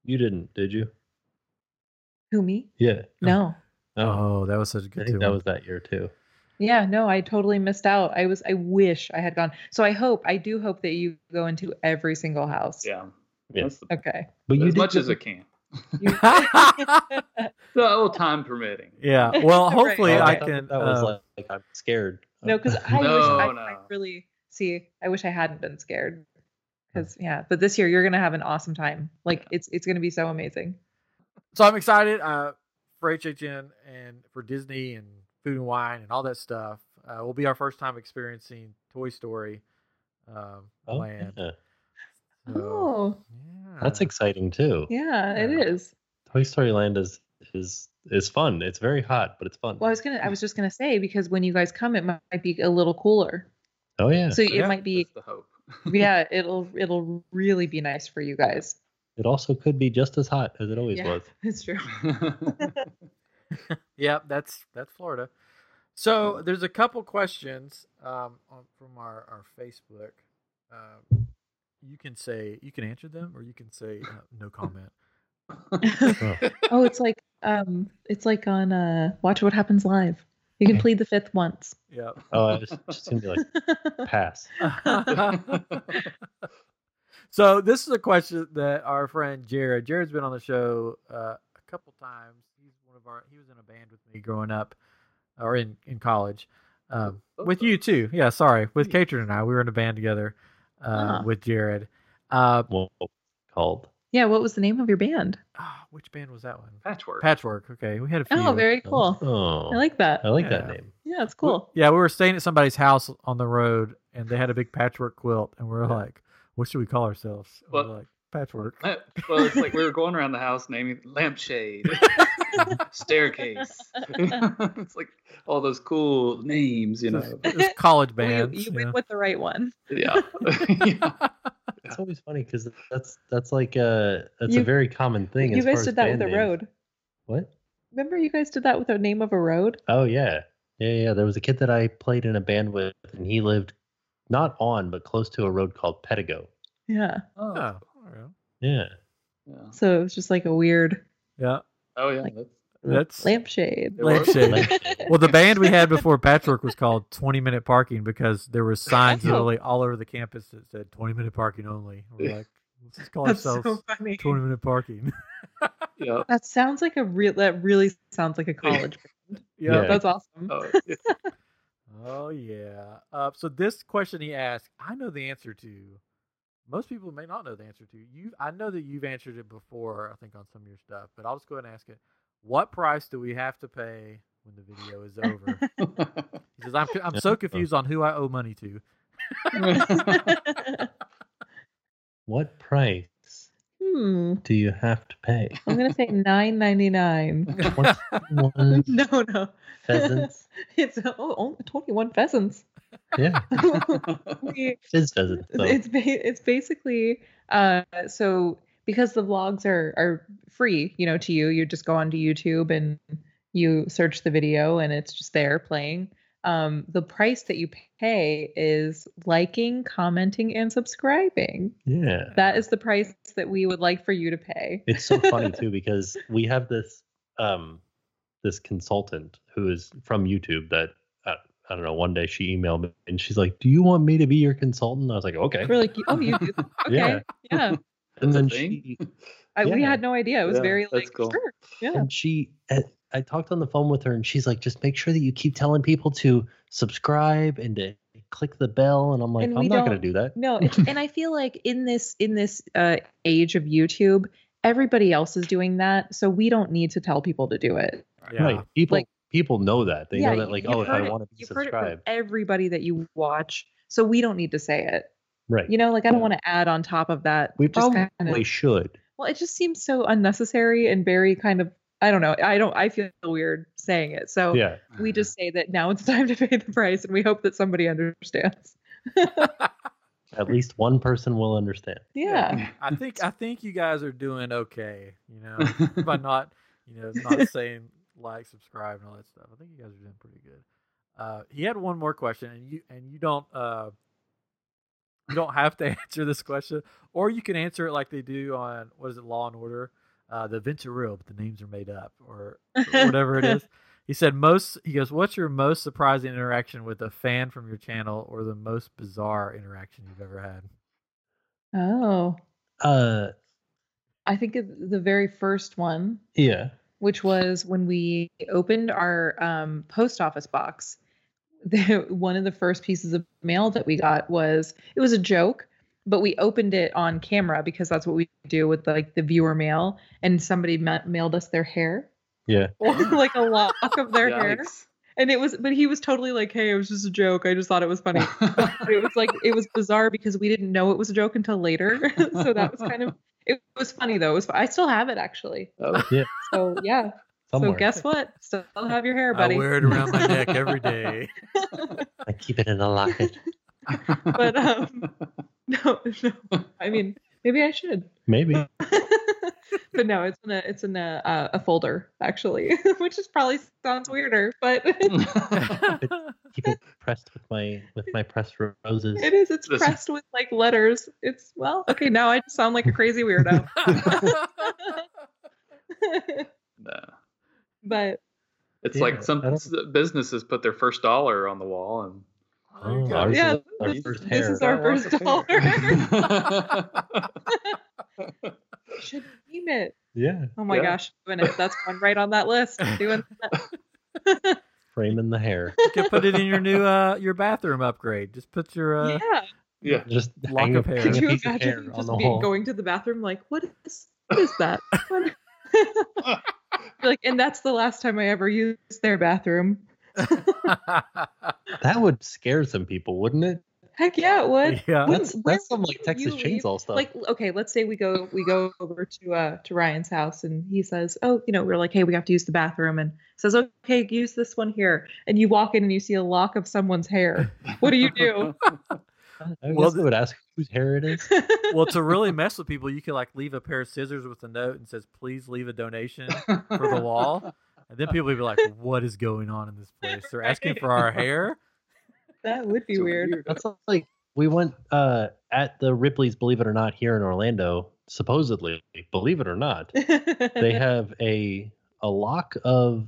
Speaker 3: You didn't, did you?
Speaker 4: Who me?
Speaker 3: Yeah.
Speaker 4: No.
Speaker 3: Oh,
Speaker 1: Oh, that was such a
Speaker 3: I
Speaker 1: good.
Speaker 3: think
Speaker 1: Too.
Speaker 3: that was that year too.
Speaker 4: Yeah, no, I totally missed out. I was I wish I had gone. So I hope I do hope that you go into every single house.
Speaker 2: yeah.
Speaker 3: Yeah.
Speaker 2: That's the,
Speaker 4: Okay.
Speaker 3: But you
Speaker 2: as
Speaker 3: did
Speaker 2: much
Speaker 3: go-
Speaker 2: as I can.
Speaker 4: You-
Speaker 2: So time permitting.
Speaker 1: yeah. Well,
Speaker 4: Right.
Speaker 1: hopefully
Speaker 3: Oh,
Speaker 1: I
Speaker 3: thought
Speaker 1: can.
Speaker 3: That was
Speaker 1: uh,
Speaker 3: like, like, I'm scared.
Speaker 4: no, because I wish
Speaker 2: No,
Speaker 4: I, I
Speaker 2: no.
Speaker 4: really see. I wish I hadn't been scared. Because yeah, but this year you're gonna have an awesome time. Like it's it's gonna be so amazing.
Speaker 1: so I'm excited uh, for HHN and for Disney and Food and Wine and all that stuff. Uh, will be our first time experiencing Toy Story um,
Speaker 3: Oh,
Speaker 1: land.
Speaker 3: yeah.
Speaker 1: So,
Speaker 4: Oh
Speaker 1: yeah.
Speaker 3: That's exciting too.
Speaker 4: yeah, it
Speaker 1: Yeah.
Speaker 4: is.
Speaker 3: Toy Story Land is is is fun. It's very hot, but it's fun.
Speaker 4: Well, I was gonna I was just gonna say because when you guys come, it might, might be a little cooler.
Speaker 3: oh yeah.
Speaker 4: So it
Speaker 1: Yeah.
Speaker 4: might be
Speaker 2: That's the hope.
Speaker 4: yeah, it'll it'll really be nice for you guys.
Speaker 3: It also could be just as hot as it always
Speaker 4: Yeah.
Speaker 3: was.
Speaker 4: It's true.
Speaker 1: yeah, that's that's Florida. So there's a couple questions um, on, from our our Facebook. Um, you can say you can answer them, or you can say uh, no comment.
Speaker 4: Oh, it's like um, it's like on uh, Watch What Happens Live. You can plead the fifth once.
Speaker 1: Yeah.
Speaker 3: Oh, I was just gonna be like pass.
Speaker 1: so this is a question that our friend Jared. Jared's been on the show uh, a couple times. He's one of our. He was in a band with me growing up, or in in college, um,
Speaker 4: Oh,
Speaker 1: with you too. Yeah, sorry, with Katrin and I, we were in a band together uh,
Speaker 4: Ah.
Speaker 1: with Jared. Uh,
Speaker 3: Well, called.
Speaker 4: Yeah, what was the name of your band?
Speaker 1: Ah, which band was that one?
Speaker 2: Patchwork.
Speaker 1: Patchwork. Okay, we had a few.
Speaker 4: Oh, very cool.
Speaker 3: Oh,
Speaker 4: I like that.
Speaker 3: I like that
Speaker 1: Yeah.
Speaker 3: name.
Speaker 4: Yeah, it's
Speaker 1: We-
Speaker 4: cool.
Speaker 1: yeah, we were staying at somebody's house on the road, and they had a big patchwork quilt, and we are like, "What should we call ourselves?" And we
Speaker 2: Well-
Speaker 1: we're like, "Patchwork."
Speaker 2: Uh, well, it's like we were going around the house naming lampshade, staircase. it's like all those cool names, you know.
Speaker 1: It was college
Speaker 4: Well, you-
Speaker 1: bands.
Speaker 4: you
Speaker 1: you
Speaker 4: went
Speaker 1: know.
Speaker 4: with the right one.
Speaker 2: Yeah. yeah.
Speaker 3: It's always funny because that's that's like a that's
Speaker 4: You-
Speaker 3: a very common thing.
Speaker 4: you
Speaker 3: as far
Speaker 4: guys
Speaker 3: as
Speaker 4: did that with
Speaker 3: band
Speaker 4: a
Speaker 3: names.
Speaker 4: road.
Speaker 3: What?
Speaker 4: Remember, you guys did that with the name of a road.
Speaker 3: Oh yeah, yeah, yeah. There was a kid that I played in a band with, and he lived not on but close to a road called Pedigo.
Speaker 4: Yeah.
Speaker 2: Oh,
Speaker 1: Oh, all right.
Speaker 3: Yeah.
Speaker 2: yeah.
Speaker 4: So it was just like a weird
Speaker 1: yeah,
Speaker 2: Oh, yeah. That's,
Speaker 1: that's
Speaker 4: lampshade.
Speaker 2: It worked.
Speaker 1: Lampshade.
Speaker 3: Like,
Speaker 1: well, the band we had before Patchwork was called 20 Minute Parking because there were signs
Speaker 4: Oh.
Speaker 1: literally all over the campus that said 20 Minute Parking only. And We're like, let's just call
Speaker 4: That's so
Speaker 1: ourselves
Speaker 4: funny.
Speaker 1: 20 Minute Parking.
Speaker 2: yeah.
Speaker 4: That sounds like a real. That really sounds like a college.
Speaker 3: Yeah.
Speaker 4: That's awesome.
Speaker 2: Oh, yeah.
Speaker 1: Oh, yeah. Uh, so, this question he asked, I know the answer to. Most people may not know the answer to. You, I know that you've answered it before, I think, on some of your stuff, but I'll just go ahead and ask it. What price do we have to pay when the video is over? He says, I'm, I'm so confused on who I owe money to.
Speaker 3: what price
Speaker 4: hmm.
Speaker 3: do you have to pay?
Speaker 4: I'm gonna say nine ninety nine.
Speaker 3: What's one
Speaker 4: No, no.
Speaker 3: pheasants?
Speaker 4: It's oh, only twenty one pheasants.
Speaker 3: Yeah,
Speaker 4: We-
Speaker 3: fizz pheasants. So.
Speaker 4: It's ba- it's basically uh, so because the vlogs are are free, you know, to you. You just go onto YouTube and you search the video, and it's just there playing. Um, the price that you pay is liking, commenting, and subscribing.
Speaker 3: Yeah.
Speaker 4: That is the price that we would like for you to pay.
Speaker 3: it's so funny too because we have this um this consultant who is from youtube that uh, i don't know one day she emailed me and she's like do you want me to be your consultant i was like okay
Speaker 4: We're like, oh, you do? Okay,
Speaker 3: Yeah.
Speaker 4: yeah.
Speaker 3: and
Speaker 2: That's a
Speaker 3: then
Speaker 2: thing?
Speaker 3: she
Speaker 4: I, We
Speaker 3: Yeah.
Speaker 4: had no idea. It was
Speaker 2: Yeah,
Speaker 4: very
Speaker 2: that's
Speaker 4: like,
Speaker 2: cool.
Speaker 4: sure, yeah.
Speaker 3: and she I- i talked on the phone with her and she's like just make sure that you keep telling people to subscribe and to click the bell and i'm like
Speaker 4: And
Speaker 3: i'm
Speaker 4: we
Speaker 3: not going
Speaker 4: don't-
Speaker 3: to do that
Speaker 4: No, it's, and I feel like in this in this uh, age of YouTube, everybody else is doing that, so we don't need to tell people to do it.
Speaker 1: Yeah.
Speaker 3: right people
Speaker 4: Like-
Speaker 3: people know that they
Speaker 4: Yeah,
Speaker 3: know that
Speaker 4: you-
Speaker 3: like
Speaker 4: you've
Speaker 3: oh if i
Speaker 4: heard it-
Speaker 3: want to be
Speaker 4: You've heard it from
Speaker 3: subscribed
Speaker 4: everybody that you watch, so we don't need to say it.
Speaker 3: right
Speaker 4: You know, like I don't
Speaker 2: Yeah.
Speaker 4: want to add on top of that.
Speaker 3: we
Speaker 4: just
Speaker 3: probably
Speaker 4: kinda-
Speaker 3: should
Speaker 4: well, it just seems so unnecessary and very kind of I don't know. I don't. I feel weird saying it, so
Speaker 3: yeah
Speaker 4: we just say that now it's time to pay the price, and we hope that somebody understands.
Speaker 3: at least one person will understand
Speaker 4: Yeah.
Speaker 1: I think I think you guys are doing okay, you know, by not you know not saying like, subscribe, and all that stuff. I think you guys are doing pretty good. Uh, he had one more question, and you and you don't uh, you don't have to answer this question, or you can answer it like they do on what is it, Law and Order, uh, the Ventureal, but the names are made up or whatever it is. He said most. He goes, "What's your most surprising interaction with a fan from your channel, or the most bizarre interaction you've ever had?"
Speaker 4: Oh,
Speaker 3: uh
Speaker 4: I think it- the very first one
Speaker 3: Yeah.
Speaker 4: which was when we opened our um, post office box. The, one of the first pieces of mail that we got was it was a joke, but we opened it on camera because that's what we do with like the viewer mail. And somebody ma- mailed us their hair,
Speaker 3: Yeah.
Speaker 4: like a lock of their hair.
Speaker 2: Yikes.
Speaker 4: And it was, but he was totally like, "Hey, it was just a joke. I just thought it was funny." But it was like it was bizarre because we didn't know it was a joke until later. so that was kind of it was funny though. It was, I still have it actually.
Speaker 2: Oh.
Speaker 4: So yeah,
Speaker 3: Somewhere.
Speaker 4: so guess what? Still have your hair, buddy.
Speaker 1: I wear it around my neck every day.
Speaker 3: I keep it in a locket.
Speaker 4: But um, no, no. I mean, maybe I should.
Speaker 3: Maybe.
Speaker 4: but no, it's in a it's in a uh, a folder actually, which is probably sounds weirder, but it
Speaker 1: Oh,
Speaker 3: Keep it pressed with my with my pressed ro- roses.
Speaker 4: is. It's
Speaker 2: Listen.
Speaker 4: pressed with like letters. It's well, okay. Now I just sound like a crazy weirdo.
Speaker 2: Nah.
Speaker 4: but
Speaker 2: It's
Speaker 3: Yeah,
Speaker 2: like some
Speaker 3: I don't-
Speaker 2: s- businesses put their first dollar on the wall and.
Speaker 1: There you
Speaker 3: Oh,
Speaker 1: go.
Speaker 3: ours
Speaker 4: yeah,
Speaker 3: is our
Speaker 4: this,
Speaker 3: first
Speaker 4: this
Speaker 3: hair.
Speaker 4: is our
Speaker 2: That was a
Speaker 4: first dollar.
Speaker 2: hair.
Speaker 4: should name it.
Speaker 3: Yeah.
Speaker 4: Oh my
Speaker 2: Yeah.
Speaker 4: gosh, doing it. That's one right on that list. Doing that.
Speaker 3: Framing the hair.
Speaker 1: You can put it in your new uh your bathroom upgrade. Just put your uh
Speaker 4: yeah.
Speaker 2: Yeah.
Speaker 3: Just
Speaker 1: Lock
Speaker 3: hang a
Speaker 1: of hair.
Speaker 3: hang
Speaker 4: Could
Speaker 3: a
Speaker 4: you
Speaker 3: piece of hair
Speaker 4: imagine
Speaker 3: on
Speaker 4: just
Speaker 3: the
Speaker 4: being,
Speaker 3: wall.
Speaker 4: going to the bathroom like, what is what is that? like, and that's the last time I ever used their bathroom.
Speaker 3: That would scare some people, wouldn't it?
Speaker 4: Heck yeah, it would.
Speaker 1: yeah.
Speaker 4: Wouldn't-
Speaker 3: That's
Speaker 4: where
Speaker 3: that's some like
Speaker 4: would
Speaker 3: Texas
Speaker 4: you leave?
Speaker 3: chainsaw stuff.
Speaker 4: Like, okay, let's say we go we go over to uh to Ryan's house and he says, Oh, you know, we're like, hey, we have to use the bathroom and says, Okay, use this one here. And you walk in and you see a lock of someone's hair. What do you do?
Speaker 3: I
Speaker 1: well,
Speaker 3: guess they would ask whose hair it is.
Speaker 1: well, to really mess with people, you could like leave a pair of scissors with a note and says, "Please leave a donation for the wall," and then people would be like, "What is going on in this place? They're asking for our hair."
Speaker 4: that would be
Speaker 2: It's
Speaker 4: weird.
Speaker 3: That's like we went uh, at the Ripley's, believe it or not, here in Orlando. Supposedly, believe it or not, they have a a lock of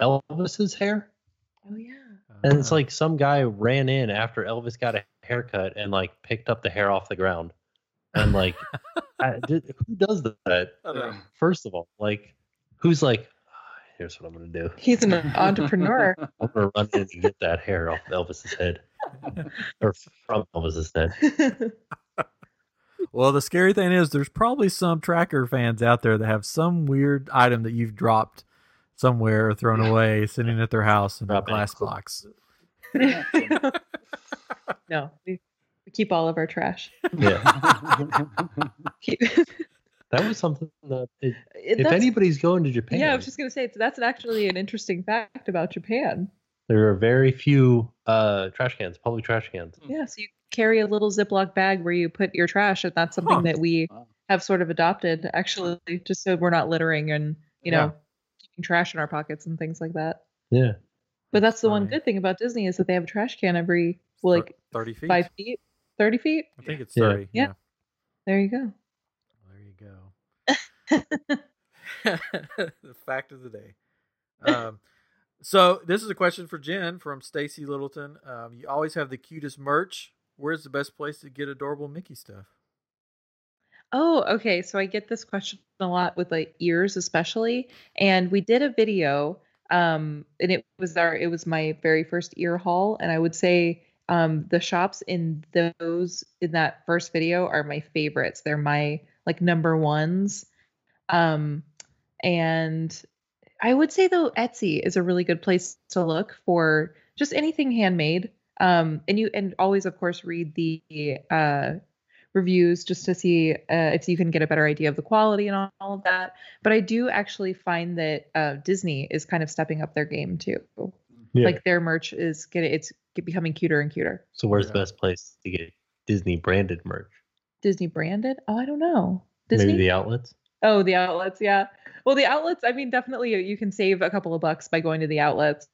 Speaker 3: Elvis's hair,
Speaker 4: Oh yeah.
Speaker 3: and it's
Speaker 1: Uh,
Speaker 3: like some guy ran in after Elvis got a haircut and like picked up the hair off the ground, and like, I, did, who does that?
Speaker 1: I don't know.
Speaker 3: First of all, like, who's like, "Ah, here's what I'm gonna do.
Speaker 4: He's an entrepreneur.
Speaker 3: I'm gonna run in and get that hair off Elvis's head, or from Elvis's head.
Speaker 1: Well, the scary thing is, there's probably some tracker fans out there that have some weird item that you've dropped somewhere or thrown away, sitting at their house in a
Speaker 3: Drop it.
Speaker 1: glass box.
Speaker 4: no, we, we keep all of our trash.
Speaker 3: Yeah,
Speaker 4: Keep-
Speaker 3: that was something that. It, if
Speaker 4: That's-
Speaker 3: anybody's going to Japan,
Speaker 4: Yeah, I was just gonna say it's, that's an- actually an interesting fact about Japan.
Speaker 3: there are very few uh, trash cans, public trash cans.
Speaker 2: Hmm.
Speaker 4: Yeah, so you carry a little Ziploc bag where you put your trash, and that's something
Speaker 1: Huh.
Speaker 4: that we
Speaker 2: Wow.
Speaker 4: have sort of adopted, actually, just so we're not littering and you
Speaker 1: Yeah.
Speaker 4: know keeping trash in our pockets and things like that.
Speaker 3: Yeah,
Speaker 4: But that's the one
Speaker 1: funny.
Speaker 4: good thing about Disney is that they have a trash can every well,
Speaker 1: Thir-
Speaker 4: like
Speaker 1: thirty feet.
Speaker 4: five feet, thirty feet.
Speaker 1: I think it's
Speaker 3: Yeah.
Speaker 1: thirty.
Speaker 4: Yeah. There you go.
Speaker 1: There you go. the fact of the day. Um, so this is a question for Jen from Stacy Littleton. Um, you always have the cutest merch. Where's the best place to get adorable Mickey stuff?
Speaker 4: Oh, okay. So I get this question a lot with like ears, especially. And we did a video, um, and it was our it was my very first ear haul. And I would say um the shops in those in that first video are my favorites. They're my like number ones. Um and I would say though Etsy is a really good place to look for just anything handmade. Um and you and always of course read the uh reviews just to see uh, if you can get a better idea of the quality and all, all of that. But I do actually find that uh, Disney is kind of stepping up their game too.
Speaker 3: yeah.
Speaker 4: Like their merch is getting it's becoming cuter and cuter.
Speaker 3: so where's the
Speaker 1: Yeah.
Speaker 3: best place to get Disney branded merch?
Speaker 4: Disney branded? Oh, I don't know. Disney?
Speaker 3: Maybe the outlets.
Speaker 4: oh, the outlets. Yeah. Well, the outlets. I mean, definitely you can save a couple of bucks by going to the outlets.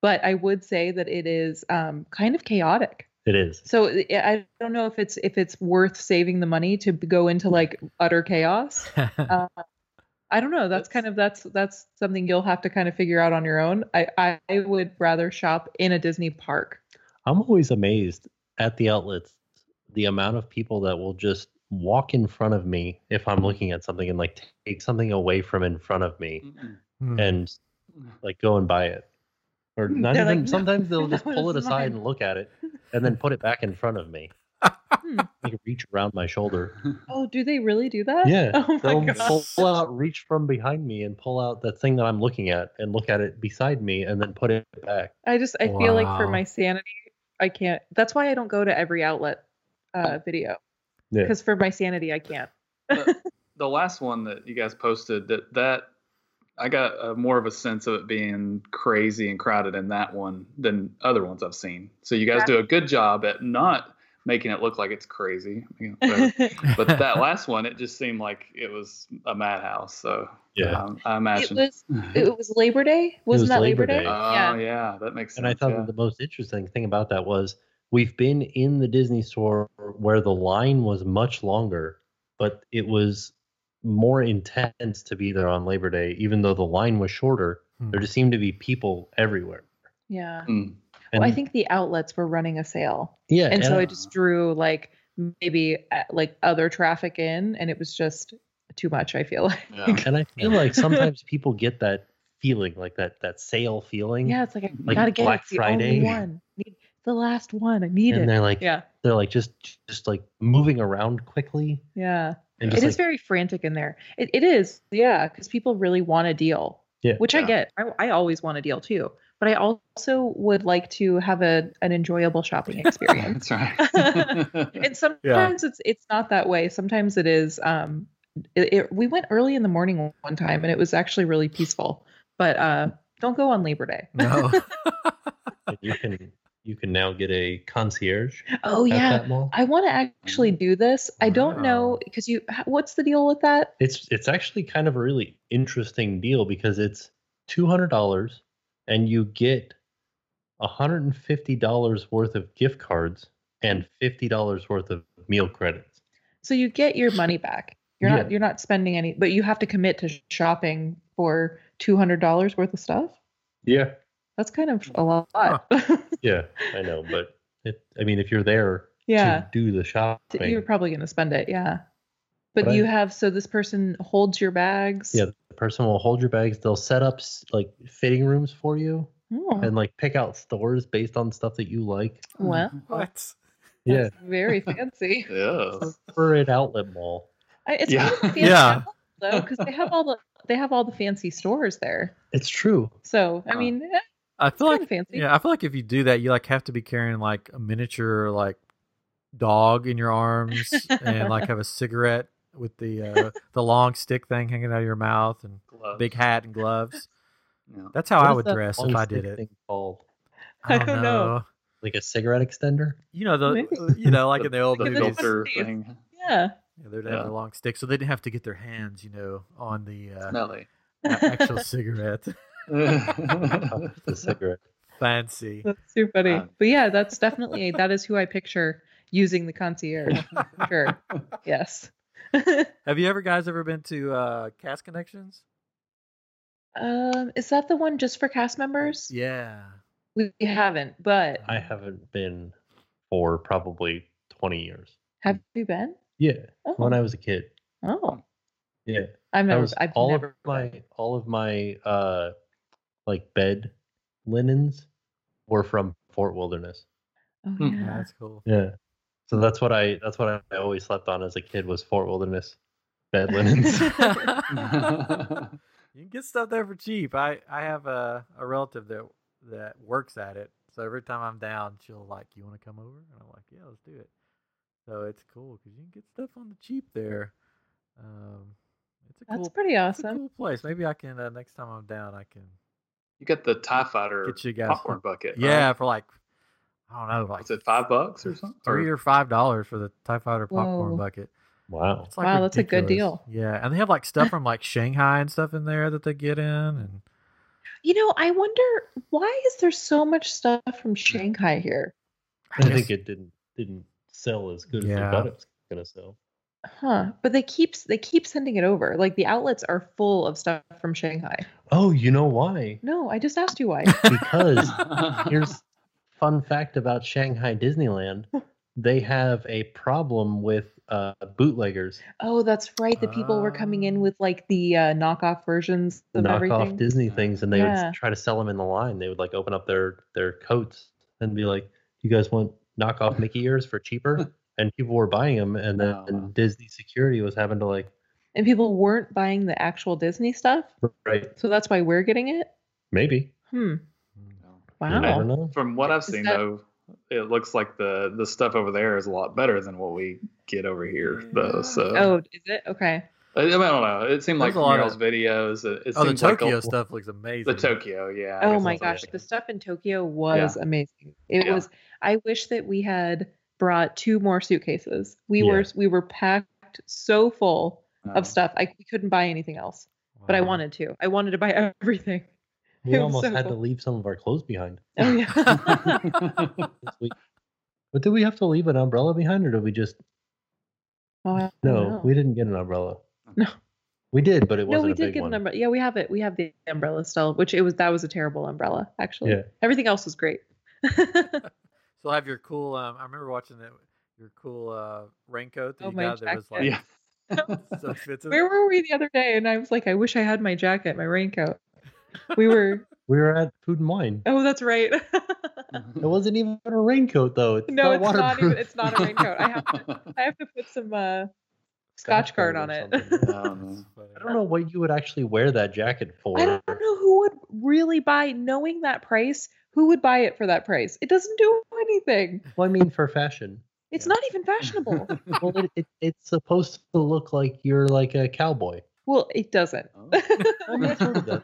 Speaker 4: But I would say that it is um, kind of chaotic.
Speaker 3: It is.
Speaker 4: So I I don't know if it's if it's worth saving the money to go into like utter chaos.
Speaker 1: Hmm.
Speaker 4: I don't know.
Speaker 2: That's-
Speaker 4: That's, kind of that's that's something you'll have to kind of figure out on your own. I I I would rather shop in a Disney park.
Speaker 3: I'm always amazed at the outlets, the amount of people that will just walk in front of me if I'm looking at something and like take something away from in front of me
Speaker 4: Mm-hmm.
Speaker 1: Hmm.
Speaker 3: and like go and buy it. Or
Speaker 4: Hmm,
Speaker 3: not
Speaker 4: they're
Speaker 3: even
Speaker 4: like,
Speaker 3: sometimes they'll just
Speaker 4: "No,
Speaker 3: pull it
Speaker 4: it's
Speaker 3: aside
Speaker 4: mine."
Speaker 3: and look at it and then put it back in front of me.
Speaker 4: Hmm.
Speaker 3: Like reach around my shoulder.
Speaker 4: Oh, do they really do that?
Speaker 3: Yeah,
Speaker 4: Oh my
Speaker 3: They'll
Speaker 4: god.
Speaker 3: pull out, reach from behind me, and pull out the thing that I'm looking at, and look at it beside me, and then put it back.
Speaker 4: I just I feel like for
Speaker 1: Wow.
Speaker 4: my sanity, I can't. That's why I don't go to every outlet uh video
Speaker 3: Yeah.
Speaker 4: because for my sanity I can't.
Speaker 2: the last one that you guys posted that that I got uh more of a sense of it being crazy and crowded in that one than other ones I've seen. So you guys do a good job at not making it look like it's crazy, you know, whatever. but that last one, it just seemed like it was a madhouse. So
Speaker 3: Yeah.
Speaker 2: um, I
Speaker 4: it
Speaker 2: imagine.
Speaker 4: was it was Labor Day. Wasn't
Speaker 3: was
Speaker 4: that
Speaker 3: Labor
Speaker 4: Labor Day?
Speaker 3: Day.
Speaker 2: oh yeah. that makes sense.
Speaker 3: And I thought
Speaker 2: yeah.
Speaker 3: that the most interesting thing about that was we've been in the Disney store where the line was much longer, but it was more intense to be there on Labor Day, even though the line was shorter.
Speaker 1: Hmm.
Speaker 3: There just seemed to be people everywhere.
Speaker 4: Yeah.
Speaker 2: Mm.
Speaker 3: And
Speaker 4: well, I think the outlets were running a sale.
Speaker 3: yeah,
Speaker 4: and so
Speaker 2: I-
Speaker 4: it just drew like maybe uh, like other traffic in and it was just too much i feel like
Speaker 2: Yeah.
Speaker 3: and I feel like sometimes people get that feeling, like that that sale feeling.
Speaker 4: yeah it's like i
Speaker 3: Like
Speaker 4: gotta get
Speaker 3: Black
Speaker 4: it. It's the
Speaker 3: Friday.
Speaker 4: only one Need- the last one. I need
Speaker 3: and
Speaker 4: it.
Speaker 3: they're like
Speaker 4: Yeah,
Speaker 3: they're like just just like moving around quickly
Speaker 4: yeah.
Speaker 3: and
Speaker 4: It is
Speaker 3: just like,
Speaker 4: very frantic in there. It, it is, yeah, because people really want a deal.
Speaker 3: Yeah.
Speaker 4: Which I
Speaker 2: Yeah.
Speaker 4: get. I, I always want a deal too, but I also would like to have a an enjoyable shopping experience.
Speaker 2: That's right.
Speaker 4: and sometimes it's it's not that way. Sometimes it is. Um, it, it, we went early in the morning one time, and it was actually really peaceful. But uh, don't go on Labor Day.
Speaker 1: No.
Speaker 3: you can you can now get a concierge
Speaker 4: Oh
Speaker 3: at
Speaker 4: yeah,
Speaker 3: that mall.
Speaker 4: I want to actually do this. I don't
Speaker 1: Wow.
Speaker 4: know because you. What's the deal with that?
Speaker 3: It's it's actually kind of a really interesting deal because it's two hundred dollars and you get hundred and fifty dollars worth of gift cards and fifty dollars worth of meal credits.
Speaker 4: So you get your money back. You're
Speaker 3: Yeah.
Speaker 4: not you're not spending any, but you have to commit to shopping for two hundred dollars worth of stuff.
Speaker 3: Yeah.
Speaker 4: That's kind of a lot.
Speaker 1: Huh.
Speaker 3: Yeah, I know, but it, I mean if you're there
Speaker 4: yeah,
Speaker 3: to do the
Speaker 4: T-
Speaker 3: shopping.
Speaker 4: you're probably going to spend it. Yeah, but,
Speaker 3: But I-
Speaker 4: you have so this person holds your bags.
Speaker 3: Yeah, the person will hold your bags. They'll set up s- like fitting rooms for you
Speaker 4: Oh,
Speaker 3: and like pick out stores based on stuff that you like.
Speaker 4: well,
Speaker 1: what?
Speaker 3: Yeah,
Speaker 4: that's very fancy.
Speaker 2: Yeah.
Speaker 3: for an outlet mall.
Speaker 4: I- It's
Speaker 2: Yeah.
Speaker 4: kind of a fancy
Speaker 1: Yeah.
Speaker 4: outlet, though, because they have all the they have all the fancy stores there.
Speaker 3: It's true.
Speaker 4: So I
Speaker 2: Huh.
Speaker 4: mean, eh,
Speaker 1: I feel
Speaker 4: kind
Speaker 1: like
Speaker 4: of fancy.
Speaker 1: yeah, I feel like if you do that, you like have to be carrying like a miniature like dog in your arms and like have a cigarette with the uh, the long stick thing hanging out of your mouth and
Speaker 2: Gloves.
Speaker 1: big hat and gloves.
Speaker 2: Yeah.
Speaker 1: That's how
Speaker 4: What
Speaker 1: I
Speaker 4: is
Speaker 1: would
Speaker 4: that
Speaker 1: dress if
Speaker 3: Long
Speaker 1: I
Speaker 3: stick
Speaker 1: did it.
Speaker 3: thing called
Speaker 1: I
Speaker 4: I
Speaker 1: don't,
Speaker 4: don't
Speaker 1: know.
Speaker 4: know.
Speaker 3: like a cigarette extender.
Speaker 1: You know the uh,
Speaker 4: Maybe.
Speaker 1: you know like in the old
Speaker 2: The
Speaker 4: Look at
Speaker 1: movies,
Speaker 4: this
Speaker 2: filter
Speaker 4: face.
Speaker 2: thing.
Speaker 4: Yeah.
Speaker 1: yeah, they'd have
Speaker 2: Yeah.
Speaker 1: the long stick, so they didn't have to get their hands, you know, on the uh,
Speaker 2: Smelly.
Speaker 1: a- actual cigarette.
Speaker 3: The cigarette.
Speaker 1: Fancy.
Speaker 4: That's too funny.
Speaker 2: Um,
Speaker 4: but yeah, that's definitely that is who I picture using the concierge. for sure. Yes.
Speaker 1: Have you ever guys ever been to uh, Cast Connections?
Speaker 4: Um, is that the one just for cast members?
Speaker 1: Yeah.
Speaker 4: We we haven't, but
Speaker 3: I haven't been for probably 20 years.
Speaker 4: have you been?
Speaker 3: Yeah,
Speaker 4: Oh,
Speaker 3: when I was a kid.
Speaker 4: oh.
Speaker 3: Yeah,
Speaker 4: I've
Speaker 3: that
Speaker 4: never.
Speaker 3: was
Speaker 4: I've
Speaker 3: all
Speaker 4: never.
Speaker 3: of my all of my uh like bed linens were from Fort Wilderness.
Speaker 4: Oh,
Speaker 2: Hmm.
Speaker 1: yeah,
Speaker 4: yeah.
Speaker 1: that's cool.
Speaker 3: Yeah. So that's what I that's what I always slept on as a kid was Fort Wilderness bed linens.
Speaker 1: You can get stuff there for cheap. I I have a, a relative that that works at it, so every time I'm down, she'll like, "You want to come over?" And I'm like, "Yeah, let's do it." So it's cool because you can get stuff on the cheap there. Um, it's a
Speaker 4: That's
Speaker 1: cool,
Speaker 4: pretty
Speaker 1: it's a
Speaker 4: awesome.
Speaker 1: cool place. Maybe I can uh, next time I'm down, I can
Speaker 2: you got the Tie Fighter
Speaker 1: get you guys.
Speaker 2: popcorn bucket.
Speaker 1: yeah,
Speaker 2: Right?
Speaker 1: for like I don't know, like
Speaker 2: Was it five bucks or something?
Speaker 1: three or five dollars for the Tie Fighter popcorn
Speaker 4: Whoa.
Speaker 1: bucket.
Speaker 3: wow.
Speaker 1: It's like
Speaker 4: Wow, that's a good
Speaker 1: ridiculous.
Speaker 4: deal.
Speaker 1: Yeah, and they have like stuff from like Shanghai and stuff in there that they get in, and
Speaker 4: You know, I wonder why is there so much stuff from Shanghai here?
Speaker 3: I,
Speaker 1: guess-
Speaker 3: think it didn't didn't sell as good as
Speaker 1: Yeah.
Speaker 3: I thought it was gonna sell.
Speaker 4: Huh? But they keep they keep sending it over. Like the outlets are full of stuff from Shanghai.
Speaker 3: Oh, you know why?
Speaker 4: No, I just asked you why.
Speaker 3: Because
Speaker 2: Here's
Speaker 3: here's fun fact about Shanghai Disneyland. They have a problem with uh, bootleggers,
Speaker 4: Oh, that's right. The people were coming in
Speaker 1: Ah.
Speaker 4: with like the uh, knockoff versions of
Speaker 3: knockoff
Speaker 4: everything.
Speaker 3: Disney things, and they
Speaker 4: Yeah.
Speaker 3: would try to sell them in the line. They would like open up their their coats and be like, "You guys want knockoff Mickey ears for cheaper?" And people were buying them, and then
Speaker 2: Oh, wow.
Speaker 3: and Disney security was having to like,
Speaker 4: and people weren't buying the actual Disney stuff,
Speaker 3: right,
Speaker 4: so that's why we're getting it.
Speaker 3: maybe.
Speaker 4: Hmm.
Speaker 3: I don't
Speaker 4: Wow.
Speaker 3: know.
Speaker 2: From what I've
Speaker 4: Is
Speaker 2: seen
Speaker 4: that-
Speaker 2: though, it looks like the the stuff over there is a lot better than what we get over here though. So
Speaker 4: Oh, is it okay?
Speaker 2: I, I don't know. It seemed like
Speaker 1: There's a lot
Speaker 2: from y'all's
Speaker 1: of-
Speaker 2: videos. It, it
Speaker 1: oh, the
Speaker 2: seems like a-
Speaker 1: Tokyo stuff looks amazing.
Speaker 2: The Tokyo, yeah. I
Speaker 4: Oh
Speaker 2: guess
Speaker 4: my
Speaker 2: that's
Speaker 4: gosh,
Speaker 2: what
Speaker 4: the stuff in Tokyo was amazing. It
Speaker 2: Yeah.
Speaker 4: was. I wish that we had brought two more suitcases. We were
Speaker 3: Yeah.
Speaker 4: we were packed so full
Speaker 2: I'm-
Speaker 4: of stuff. I we couldn't buy anything else, but I
Speaker 1: Wow.
Speaker 4: wanted to. I wanted to buy everything.
Speaker 3: We
Speaker 4: It was
Speaker 3: almost
Speaker 4: so
Speaker 3: had to
Speaker 4: cool.
Speaker 3: leave some of our clothes behind
Speaker 4: Oh yeah.
Speaker 3: this week. But did we have to leave an umbrella behind, or did we just?
Speaker 4: Oh, I don't
Speaker 3: No,
Speaker 4: know.
Speaker 3: we didn't get an umbrella.
Speaker 4: No.
Speaker 3: we did, but it
Speaker 4: No,
Speaker 3: wasn't
Speaker 4: we
Speaker 3: a
Speaker 4: did
Speaker 3: big
Speaker 4: get
Speaker 3: one.
Speaker 4: an umbrella. Yeah, we have it. We have the umbrella still, which it was that was a terrible umbrella, actually.
Speaker 3: Yeah.
Speaker 4: Everything else was great.
Speaker 1: So have your cool. Um, I remember watching that your cool uh, raincoat that
Speaker 4: Oh,
Speaker 1: you
Speaker 4: my
Speaker 1: got that was like
Speaker 2: yeah.
Speaker 1: so expensive.
Speaker 4: Where were we the other day? And I was like, I wish I had my jacket, my raincoat. We were
Speaker 3: We were at Food and Wine.
Speaker 4: oh that's right.
Speaker 3: It wasn't even a raincoat though. It's
Speaker 4: No,
Speaker 3: not
Speaker 4: it's not even.
Speaker 3: waterproof.
Speaker 4: It's not a raincoat. I have to. I have to put some uh, Scotch guard on it.
Speaker 3: Scotch guard or something.
Speaker 2: Oh, man.
Speaker 3: I don't know what you would actually wear that jacket for.
Speaker 4: I don't know who would really buy, knowing that price. Who would buy it for that price? It doesn't do anything.
Speaker 3: Well, I mean for fashion.
Speaker 4: It's
Speaker 2: Yeah.
Speaker 4: not even fashionable.
Speaker 3: Well, it, it, it's supposed to look like you're like a cowboy.
Speaker 4: well, it doesn't.
Speaker 2: Oh.
Speaker 3: I mean, it's sort of the-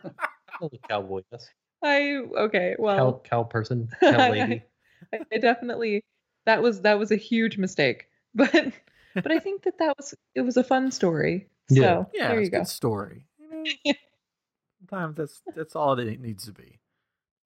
Speaker 3: not a cowboy. That's
Speaker 4: I okay.
Speaker 3: cow,
Speaker 4: Well,
Speaker 3: cow person, cow lady.
Speaker 4: I, I definitely that was that was a huge mistake. But but I think that that was it was a fun story. So
Speaker 3: Yeah.
Speaker 1: Yeah,
Speaker 4: there
Speaker 1: it's
Speaker 4: you
Speaker 1: a
Speaker 4: go.
Speaker 1: good story. You know, sometimes that's that's all it needs to be.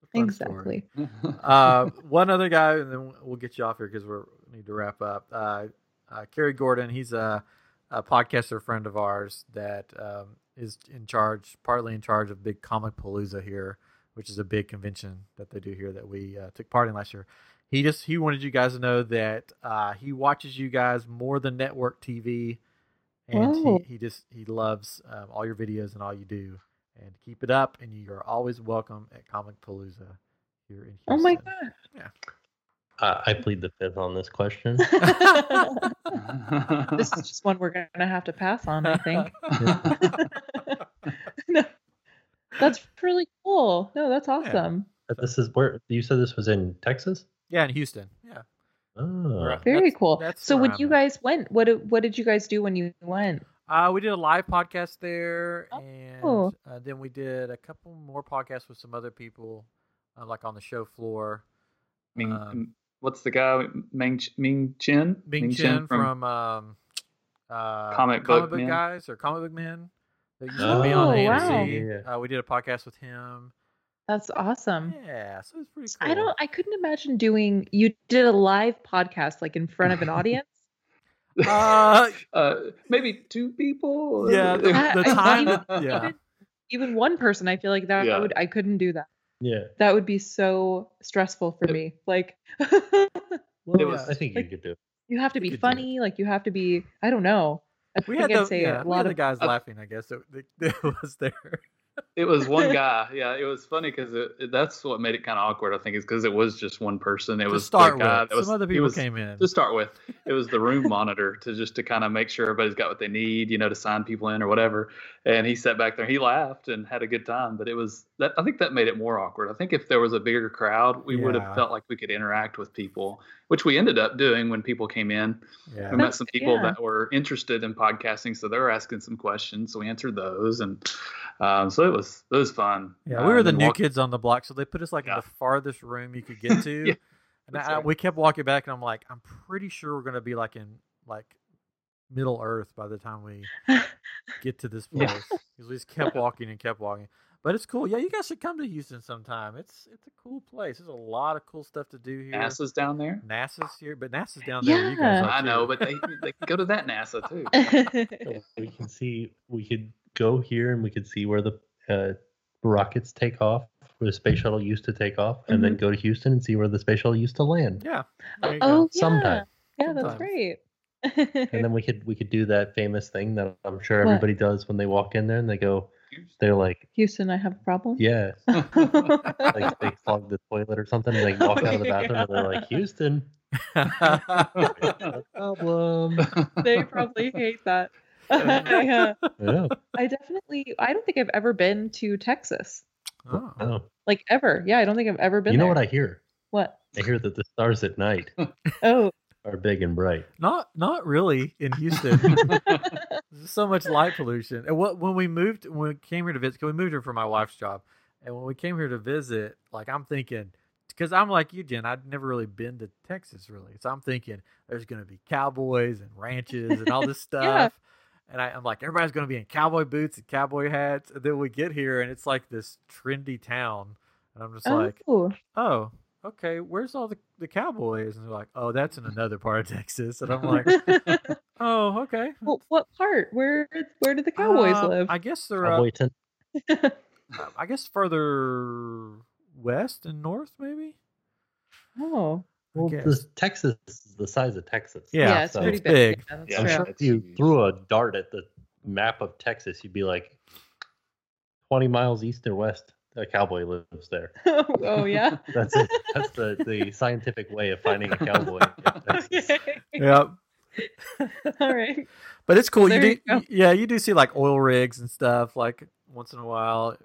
Speaker 1: A fun story.
Speaker 4: Exactly.
Speaker 1: Uh, one other guy, and then we'll get you off here because we need to wrap up. Uh, uh, Kerry Gordon, he's a, a podcaster friend of ours that um, is in charge, partly in charge of Big Comic Palooza here, which is a big convention that they do here that we uh, took part in last year. He just he wanted you guys to know that uh, he watches you guys more than network TV, and
Speaker 4: Wow.
Speaker 1: he, he just he loves um, all your videos and all you do. And keep it up, and you are always welcome at Comic Palooza here in Houston.
Speaker 4: Oh my
Speaker 3: Uh, I plead the fifth on this question.
Speaker 4: god. this is just one we're gonna have to pass on, I think. no, that's really cool. No, that's awesome.
Speaker 3: But this is where you said this was in Texas.
Speaker 1: Yeah, in Houston. Yeah.
Speaker 3: Oh,
Speaker 1: Right.
Speaker 4: Very
Speaker 1: That's-
Speaker 4: cool.
Speaker 1: that's
Speaker 4: So
Speaker 1: where
Speaker 4: when
Speaker 1: I'm
Speaker 4: you
Speaker 1: at.
Speaker 4: guys went, what did- what did you guys do when you went?
Speaker 1: Uh, we did a live podcast there, and
Speaker 4: Oh.
Speaker 1: uh, then we did a couple more podcasts with some other people, uh, like on the show floor.
Speaker 2: Ming,
Speaker 1: Um,
Speaker 2: what's the guy? Ming, Ch- Ming Chin?
Speaker 1: Bing Chen from, um, uh,
Speaker 2: Comic Book Man.
Speaker 1: Guys or Comic Book Men that used to be on
Speaker 4: Oh,
Speaker 1: AMC.
Speaker 3: wow.
Speaker 1: Uh, we did a podcast with him.
Speaker 4: That's awesome.
Speaker 1: Yeah, so it's pretty cool.
Speaker 4: I don't. I couldn't imagine doing. You did a live podcast like in front of an audience.
Speaker 1: Uh,
Speaker 2: uh, maybe two people.
Speaker 1: yeah, the,
Speaker 4: I-
Speaker 1: the
Speaker 4: I
Speaker 1: time.
Speaker 4: thought
Speaker 1: that- yeah.
Speaker 4: Even, even one person, I feel like that
Speaker 2: Yeah.
Speaker 4: would. I couldn't do that.
Speaker 3: yeah.
Speaker 4: That would be so stressful for me. Like,
Speaker 3: Well,
Speaker 2: It was-
Speaker 3: I think you
Speaker 4: like-
Speaker 3: could do it.
Speaker 4: you have to be
Speaker 1: could do it.
Speaker 4: funny. Like, you have to be. I don't know. I
Speaker 1: We
Speaker 4: think
Speaker 1: had,
Speaker 4: I'd
Speaker 1: the,
Speaker 4: say
Speaker 1: yeah,
Speaker 4: a
Speaker 1: we had
Speaker 4: lot
Speaker 1: the
Speaker 4: of.
Speaker 1: guys
Speaker 2: Uh,
Speaker 1: laughing, I guess. It, it, it was there.
Speaker 2: It was one guy. Yeah, it was funny because that's what made it kind of awkward. I think is because it was just one person. It
Speaker 1: to
Speaker 2: was
Speaker 1: start
Speaker 2: the guy
Speaker 1: with,
Speaker 2: that was
Speaker 1: some other
Speaker 2: he
Speaker 1: people
Speaker 2: was-
Speaker 1: came in.
Speaker 2: to start with it was the room monitor to just to kind of make sure everybody's got what they need you know to sign people in or whatever and he sat back there he laughed and had a good time but it was that i think that made it more awkward i think if there was a bigger crowd we would
Speaker 1: Yeah.
Speaker 2: have felt like we could interact with people which we ended up doing when people came in
Speaker 1: yeah.
Speaker 2: we met some people
Speaker 4: yeah.
Speaker 2: that were interested in podcasting so they were asking some questions so we answered those and um, so it was it was fun
Speaker 1: Yeah,
Speaker 2: Uh,
Speaker 1: we were
Speaker 2: and
Speaker 1: the
Speaker 2: then
Speaker 1: new
Speaker 2: walk-
Speaker 1: kids on the block, so they put us like in
Speaker 2: Yeah.
Speaker 1: the farthest room you could get to.
Speaker 2: Yeah,
Speaker 1: and
Speaker 2: that's
Speaker 1: I,
Speaker 2: right.
Speaker 1: we kept walking back, and I'm like, I'm pretty sure we're gonna be like in like Middle Earth by the time we get to this
Speaker 2: Yeah.
Speaker 1: place because we just kept walking and kept walking. But it's cool. Yeah, you guys should come to Houston sometime. It's it's a cool place. There's a lot of cool stuff to do here.
Speaker 2: nasa's down there
Speaker 1: NASA's here, but NASA's down there. Where you guys
Speaker 4: Yeah.
Speaker 1: are
Speaker 2: i know
Speaker 1: too.
Speaker 2: but they, they can go to that nasa too
Speaker 3: We can see. We could go here, and we could see where the uh, rockets take off, where the space shuttle used to take off, and
Speaker 4: Mm-hmm.
Speaker 3: then go to Houston and see where the space shuttle used to land.
Speaker 1: yeah. there you go.
Speaker 4: oh, yeah.
Speaker 3: Sometime.
Speaker 4: Yeah, that's
Speaker 1: Sometimes.
Speaker 4: great.
Speaker 3: And then we could we could do that famous thing that I'm sure
Speaker 4: What?
Speaker 3: everybody does when they walk in there and they go, they're like,
Speaker 4: Houston, I have a problem.
Speaker 3: yeah,
Speaker 4: Yeah.
Speaker 3: like they clog the toilet or something, and they walk out of the bathroom and they're like, Houston, problem.
Speaker 4: they probably hate that.
Speaker 1: Yeah.
Speaker 4: I, uh,
Speaker 3: Yeah.
Speaker 4: I definitely. I don't think I've ever been to Texas.
Speaker 1: Oh.
Speaker 3: Oh.
Speaker 4: Like ever. Yeah, I don't think I've ever been.
Speaker 3: You know what
Speaker 4: there.
Speaker 3: I hear?
Speaker 4: What?
Speaker 3: I hear that the stars at night
Speaker 4: Oh,
Speaker 3: are big and bright.
Speaker 1: Not not really in Houston. There's so much light pollution. And what when we moved when we came here to visit, 'cause we moved here for my wife's job, and when we came here to visit, like I'm thinking, because I'm like you, Jen, I'd never really been to Texas really, so I'm thinking there's gonna be cowboys and ranches and all this stuff.
Speaker 4: Yeah.
Speaker 1: And I, I'm like, everybody's going to be in cowboy boots and cowboy hats. And then we get here, and it's like this trendy town. And I'm just like,
Speaker 4: oh.
Speaker 1: oh, okay, where's all the, the cowboys? And they're like, oh, that's in another part of Texas. And I'm like, oh, okay.
Speaker 4: well, what part? Where? Where do the cowboys
Speaker 1: Uh,
Speaker 4: live?
Speaker 1: I guess they're up,
Speaker 3: Cowboy tent.
Speaker 1: uh, I guess further west and north, maybe.
Speaker 4: oh,
Speaker 3: Well,
Speaker 1: guess.
Speaker 3: this Texas is the size of Texas.
Speaker 1: Yeah,
Speaker 4: it's
Speaker 3: so-
Speaker 4: pretty
Speaker 1: it's
Speaker 4: big.
Speaker 1: big.
Speaker 4: Yeah, that's
Speaker 2: Yeah,
Speaker 3: I'm
Speaker 4: true.
Speaker 3: sure if
Speaker 2: It's
Speaker 3: you
Speaker 2: huge.
Speaker 3: threw a dart at the map of Texas, you'd be like 20 miles east or west. a cowboy lives there.
Speaker 4: oh yeah.
Speaker 3: That's it. That's the, the scientific way of finding a cowboy.
Speaker 4: okay.
Speaker 1: Yeah,
Speaker 4: All right.
Speaker 1: but it's cool. You
Speaker 4: There
Speaker 1: do,
Speaker 4: you go.
Speaker 1: y- yeah, you do see like oil rigs and stuff like once in a while,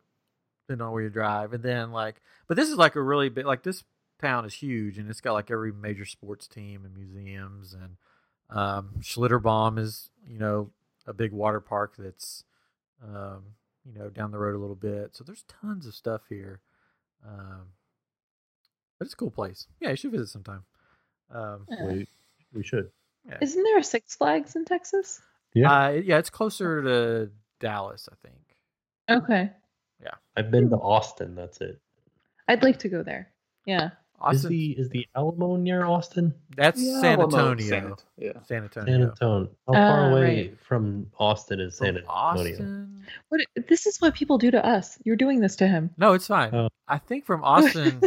Speaker 1: depending on where you drive. And then like, but this is like a really big like this town is huge and it's got like every major sports team and museums and um, Schlitterbaum is you know a big water park that's um, you know down the road a little bit. So there's tons of stuff here. Um, but it's a cool place. Yeah, you should visit sometime. Um,
Speaker 3: We, we should.
Speaker 4: Isn't there a Six Flags in Texas?
Speaker 3: Yeah.
Speaker 1: Uh, yeah, it's closer to Dallas, I think.
Speaker 4: Okay.
Speaker 3: I've been to
Speaker 4: Hmm.
Speaker 3: Austin. That's it.
Speaker 4: I'd like to go there. Yeah.
Speaker 3: Is
Speaker 1: Austin,
Speaker 3: the is the Alamo near Austin?
Speaker 1: that's
Speaker 2: Yeah,
Speaker 1: San
Speaker 2: well, no,
Speaker 1: Antonio.
Speaker 2: San- yeah.
Speaker 1: San Antonio.
Speaker 3: San Antonio. How far
Speaker 4: Ah,
Speaker 3: away
Speaker 4: right.
Speaker 3: from Austin is San
Speaker 1: From
Speaker 3: Antonio?
Speaker 1: Austin.
Speaker 4: What? This is what people do to us. You're doing this to him.
Speaker 1: No, it's fine.
Speaker 3: Oh.
Speaker 1: I think from Austin.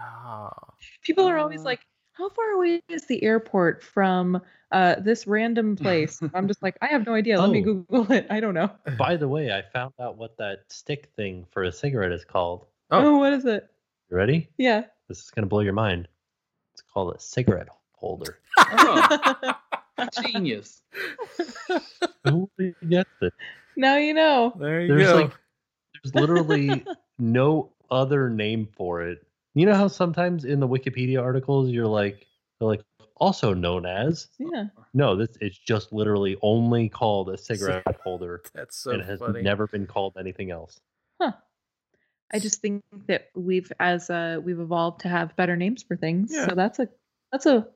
Speaker 1: oh,
Speaker 4: People are always
Speaker 2: Uh.
Speaker 4: like, "How far away is the airport from uh, this random place?" I'm just like, "I have no idea. Let me
Speaker 3: Oh.
Speaker 4: Google it. I don't know."
Speaker 3: By the way, I found out what that stick thing for a cigarette is called.
Speaker 1: Oh.
Speaker 4: Oh, what is it?
Speaker 3: You ready?
Speaker 4: Yeah.
Speaker 3: This is gonna blow your mind. It's called a cigarette holder.
Speaker 2: Oh, genius.
Speaker 3: Who gets it?
Speaker 4: now you know.
Speaker 1: there you
Speaker 3: There's
Speaker 1: go.
Speaker 3: like there's literally no other name for it. You know how sometimes in the Wikipedia articles you're like they're like also known as
Speaker 4: Yeah.
Speaker 3: no this it's just literally only called a cigarette holder
Speaker 1: that's so
Speaker 3: and has
Speaker 1: funny.
Speaker 3: never been called anything else.
Speaker 4: I just think that we've as uh, we've evolved to have better names for things.
Speaker 1: Yeah.
Speaker 4: So that's a that's a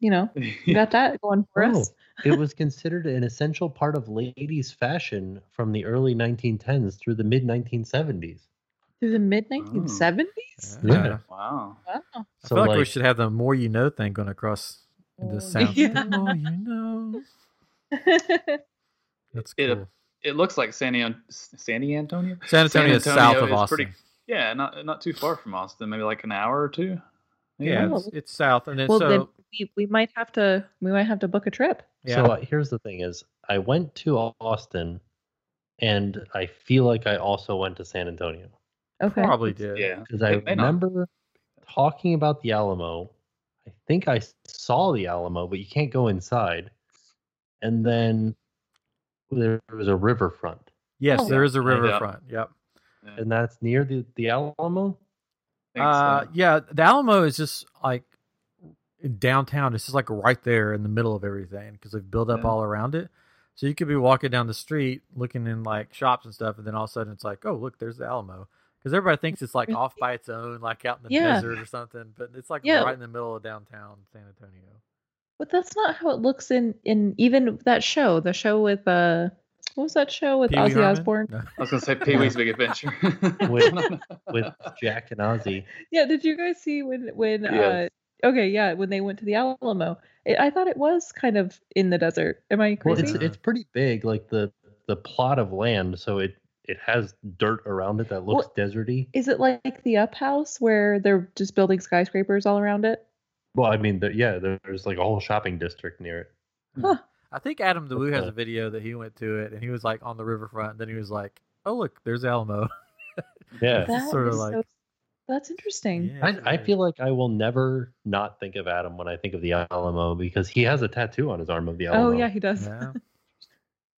Speaker 4: you know we got that going for
Speaker 3: Oh.
Speaker 4: us.
Speaker 3: it was considered an essential part of ladies' fashion from the early 1910s through the mid 1970s.
Speaker 4: Through the mid
Speaker 1: Oh.
Speaker 4: 1970s.
Speaker 1: Yeah.
Speaker 3: Yeah.
Speaker 2: Wow.
Speaker 4: Wow.
Speaker 1: I
Speaker 3: So
Speaker 1: feel like,
Speaker 3: like,
Speaker 1: we should have the more you know thing going across the sound.
Speaker 4: Yeah.
Speaker 1: The more you know. That's
Speaker 2: It-
Speaker 1: cool.
Speaker 2: It looks like San, An- San Antonio.
Speaker 1: San Antonio is south of
Speaker 2: is
Speaker 1: Austin.
Speaker 2: pretty- Yeah, not not too far from Austin. Maybe like an hour or two.
Speaker 1: yeah, it's,
Speaker 4: Oh.
Speaker 1: it's south, and then
Speaker 4: well,
Speaker 1: so
Speaker 4: then we, we might have to we might have to book a trip.
Speaker 1: yeah.
Speaker 3: So uh, here's the thing: is I went to Au- Austin, and I feel like I also went to San Antonio uh,
Speaker 4: Okay.
Speaker 1: probably did.
Speaker 2: Yeah.
Speaker 3: because I
Speaker 2: It may not.
Speaker 3: remember talking about the Alamo. I think I saw the Alamo, but you can't go inside. And then there was a riverfront,
Speaker 1: Yes,
Speaker 4: Oh.
Speaker 1: there is a
Speaker 2: Yeah.
Speaker 1: riverfront. Yep.
Speaker 2: Yeah, I think
Speaker 3: and that's near the the Alamo.
Speaker 2: so.
Speaker 1: Uh, yeah, the Alamo is just like in downtown. It's just like right there in the middle of everything because they've built up
Speaker 2: Yeah.
Speaker 1: all around it. So you could be walking down the street, looking in like shops and stuff, and then all of a sudden it's like, oh, look, there's the Alamo. Because everybody thinks it's like off by its own, like out in the
Speaker 4: Yeah.
Speaker 1: desert or something, but it's like
Speaker 4: Yeah.
Speaker 1: right in the middle of downtown San Antonio.
Speaker 4: But that's not how it looks in in even that show. The show with uh what was that show with
Speaker 1: Pee Wee
Speaker 4: Ozzy
Speaker 1: Herman?
Speaker 4: Osbourne?
Speaker 1: No.
Speaker 2: I was gonna say Pee Wee's Big Adventure.
Speaker 3: Uh, With- with Jack and Ozzy.
Speaker 4: Yeah, did you guys see when when
Speaker 2: Yes.
Speaker 4: uh okay, yeah, when they went to the Alamo. It, I thought it was kind of in the desert. Am I
Speaker 3: Well,
Speaker 4: crazy?
Speaker 3: it's it's pretty big, like the the plot of land, so it it has dirt around it that looks deserty.
Speaker 4: Is it like the up house where they're just building skyscrapers all around it?
Speaker 3: Well, I mean, the, yeah, there's like a whole shopping district near it.
Speaker 1: I think Adam DeWoo has
Speaker 3: Okay.
Speaker 1: a video that he went to it, and he was like on the riverfront, and then he was like, oh, look, there's the Alamo.
Speaker 3: Yeah,
Speaker 1: That's
Speaker 4: That
Speaker 1: sorta
Speaker 4: is
Speaker 1: like-
Speaker 4: so- that's interesting.
Speaker 1: Yeah, it's
Speaker 3: I, I
Speaker 1: really-
Speaker 3: feel like I will never not think of Adam when I think of the Alamo because he has a tattoo on his arm of the Alamo.
Speaker 4: Oh yeah, he does.
Speaker 1: Yeah.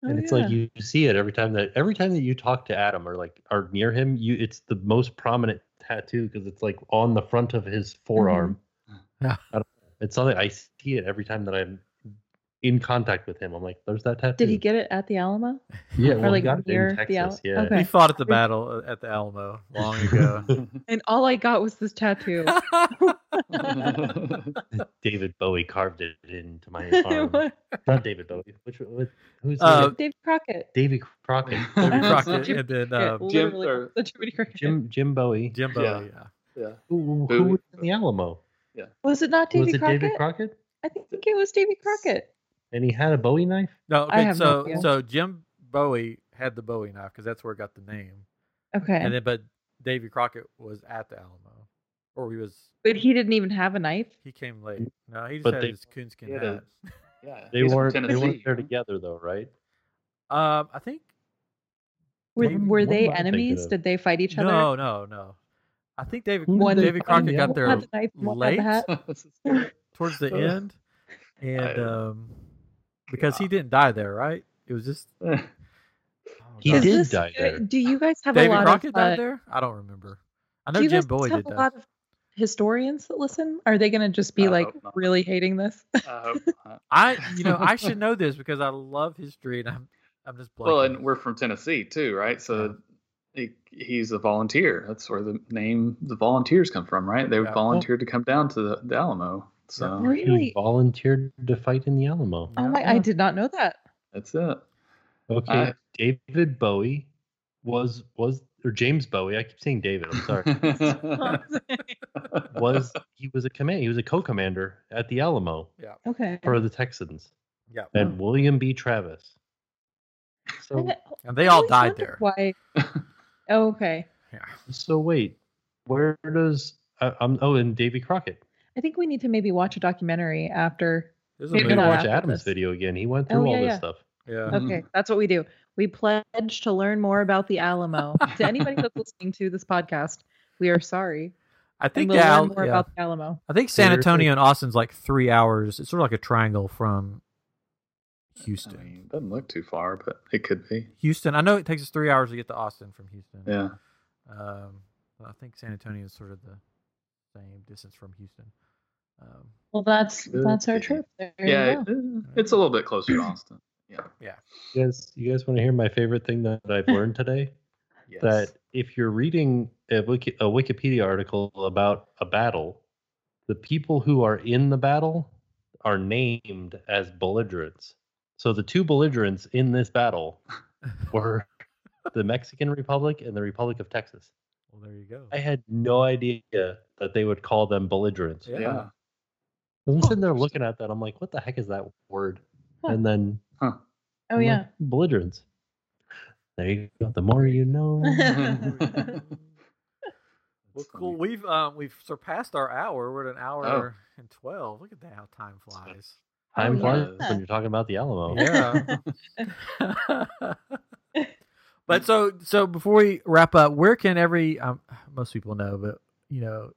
Speaker 4: Oh,
Speaker 3: and it's
Speaker 4: yeah.
Speaker 3: like you see it every time that every time that you talk to Adam or like are near him, you it's the most prominent tattoo because it's like on the front of his
Speaker 4: Mm-hmm.
Speaker 3: forearm.
Speaker 1: Yeah.
Speaker 3: I don't- it's something I see it every time that I'm in contact with him. I'm like, there's that tattoo.
Speaker 4: Did he get it at the Alamo?
Speaker 3: Yeah,
Speaker 4: or,
Speaker 3: well,
Speaker 4: like,
Speaker 3: he got it
Speaker 4: near
Speaker 3: in
Speaker 4: the
Speaker 3: Texas.
Speaker 4: Al-
Speaker 3: yeah.
Speaker 4: okay.
Speaker 1: He fought at the battle uh, at the Alamo long ago.
Speaker 4: And all I got was this tattoo.
Speaker 3: David Bowie carved it into my arm.
Speaker 4: It
Speaker 3: Not David Bowie. Which what, who's
Speaker 1: Uh,
Speaker 4: was Dave Crockett.
Speaker 3: David Crockett?
Speaker 1: Davy
Speaker 4: Oh,
Speaker 1: Crockett
Speaker 4: Jim
Speaker 1: and then
Speaker 4: Yeah,
Speaker 1: um,
Speaker 2: Jim-
Speaker 4: literally,
Speaker 2: or
Speaker 4: the Jiminy Cricket.
Speaker 3: Jim Jim Bowie.
Speaker 1: Jimbo.
Speaker 2: Yeah.
Speaker 1: yeah.
Speaker 2: yeah.
Speaker 3: who, who
Speaker 2: Bowie.
Speaker 3: was in the Alamo?
Speaker 4: Was it not
Speaker 3: was
Speaker 4: Davy
Speaker 3: it
Speaker 4: Crockett?
Speaker 3: David Crockett?
Speaker 4: I think it was Davy Crockett.
Speaker 3: And he had a Bowie knife.
Speaker 1: No,
Speaker 4: I
Speaker 1: okay.
Speaker 4: have no
Speaker 1: so
Speaker 4: idea.
Speaker 1: so Jim Bowie had the Bowie knife because that's where it got the name,
Speaker 4: Okay,
Speaker 1: and then but Davy Crockett was at the Alamo, or he was
Speaker 4: but he didn't even have a knife.
Speaker 1: he came late. No, he just
Speaker 3: But
Speaker 1: had
Speaker 3: they-
Speaker 1: his coonskin
Speaker 2: Yeah,
Speaker 1: hat.
Speaker 2: Yeah.
Speaker 3: They
Speaker 2: He's from
Speaker 3: weren't. They
Speaker 2: Tennessee,
Speaker 3: weren't there
Speaker 2: huh?
Speaker 3: together though, right?
Speaker 1: Um, I think
Speaker 4: Were,
Speaker 3: What am-
Speaker 4: were
Speaker 3: what
Speaker 4: they
Speaker 3: am I thinking
Speaker 4: enemies?
Speaker 3: of?
Speaker 4: Did they fight each other?
Speaker 1: No, no, no. I think David
Speaker 3: Who
Speaker 4: One-
Speaker 1: David Crockett
Speaker 3: Yeah.
Speaker 1: got there
Speaker 4: Had the knife, one had the
Speaker 1: late
Speaker 4: hat.
Speaker 1: towards the
Speaker 2: Ugh.
Speaker 1: end, and
Speaker 2: I-
Speaker 1: um, because he didn't die there, right? It was just oh,
Speaker 3: He
Speaker 1: God.
Speaker 4: Is
Speaker 3: did
Speaker 4: this-
Speaker 3: die there.
Speaker 4: Do you guys have a
Speaker 1: David
Speaker 4: lot
Speaker 1: Crockett
Speaker 4: of? uh,
Speaker 1: died there. I don't remember. I know
Speaker 4: do you
Speaker 1: Jim
Speaker 4: guys
Speaker 1: Bowie
Speaker 4: have
Speaker 1: did
Speaker 4: a
Speaker 1: that.
Speaker 4: lot of historians that listen? Are they going to just be
Speaker 2: I
Speaker 4: like
Speaker 2: hope not.
Speaker 4: really hating this?
Speaker 2: I hope not.
Speaker 1: I, you know, I should know this because I love history, and I'm, I'm just blanking.
Speaker 2: Well, and we're from Tennessee too, right? So he, he's a volunteer. That's where the name the volunteers come from, right? They
Speaker 1: Yeah.
Speaker 2: volunteered to come down to the, the Alamo. So
Speaker 4: Really?
Speaker 3: He volunteered to fight in the Alamo.
Speaker 4: Oh
Speaker 1: Yeah.
Speaker 4: my! I did not know that.
Speaker 2: that's it.
Speaker 3: Okay,
Speaker 2: I-
Speaker 3: David Bowie was was or James Bowie. I keep saying David. I'm sorry. was he was a command? He was a co-commander at the Alamo
Speaker 4: okay.
Speaker 3: for the Texans
Speaker 1: yeah,
Speaker 3: and
Speaker 4: Oh.
Speaker 3: William B. Travis. So
Speaker 4: I-
Speaker 1: and they
Speaker 4: I
Speaker 1: all
Speaker 4: always
Speaker 1: died
Speaker 4: wondered
Speaker 1: there.
Speaker 4: Why? Oh, okay.
Speaker 1: Yeah.
Speaker 3: so wait, where does I, I'm? Oh, and Davy Crockett.
Speaker 4: I think we need to maybe watch a documentary after.
Speaker 1: There's a
Speaker 3: We're
Speaker 4: Maybe
Speaker 1: movie.
Speaker 3: gonna
Speaker 4: not
Speaker 3: watch
Speaker 4: after
Speaker 3: Adam's
Speaker 4: this.
Speaker 3: video again. He went
Speaker 4: Oh,
Speaker 3: through all
Speaker 4: yeah,
Speaker 3: this
Speaker 4: yeah.
Speaker 3: stuff.
Speaker 1: Yeah,
Speaker 2: Mhm.
Speaker 4: Okay, that's what we do. We pledge to learn more about the Alamo. to anybody that's listening to this podcast, we are sorry.
Speaker 1: I
Speaker 4: And
Speaker 1: think
Speaker 4: we'll
Speaker 1: Al-
Speaker 4: learn more
Speaker 1: yeah.
Speaker 4: about the Alamo.
Speaker 1: I think San
Speaker 3: Seriously?
Speaker 1: Antonio and Austin's like three hours. It's sort of like a triangle from
Speaker 2: I
Speaker 1: Houston.
Speaker 2: mean, doesn't look too far, but it could be.
Speaker 1: Houston. I know it takes us three hours to get to Austin from Houston.
Speaker 2: Yeah.
Speaker 1: Um, but I think San Antonio is sort of the same distance from Houston. Um,
Speaker 4: Well, that's
Speaker 2: Could
Speaker 4: that's our
Speaker 2: be.
Speaker 4: trip. There
Speaker 2: yeah,
Speaker 4: you go.
Speaker 2: it- it's a little bit closer to Austin. Yeah.
Speaker 3: You guys, you guys want to hear my favorite thing that I've learned today?
Speaker 2: Yes.
Speaker 3: that if you're reading a, Wiki, a Wikipedia article about a battle, the people who are in the battle are named as belligerents. So the two belligerents in this battle were the Mexican Republic and the Republic of Texas.
Speaker 1: well, there you go.
Speaker 3: I had no idea that they would call them belligerents.
Speaker 1: Yeah.
Speaker 2: yeah.
Speaker 3: I'm sitting there looking at that. I'm like, what the heck is that word? And then
Speaker 4: Oh
Speaker 3: I'm like,
Speaker 4: yeah.
Speaker 3: belligerents. There you go. The more you know.
Speaker 2: Oh,
Speaker 1: Well,
Speaker 2: That's
Speaker 1: cool.
Speaker 2: funny. Oh.
Speaker 1: We've um, we've surpassed our hour. We're at an hour and twelve. Look at that, how time flies.
Speaker 3: Time
Speaker 4: Oh,
Speaker 3: flies
Speaker 2: yeah.
Speaker 3: when you're talking about the
Speaker 2: Oh.
Speaker 3: Alamo.
Speaker 1: Yeah. but so so before we wrap up, where can every um, most people know, but you know,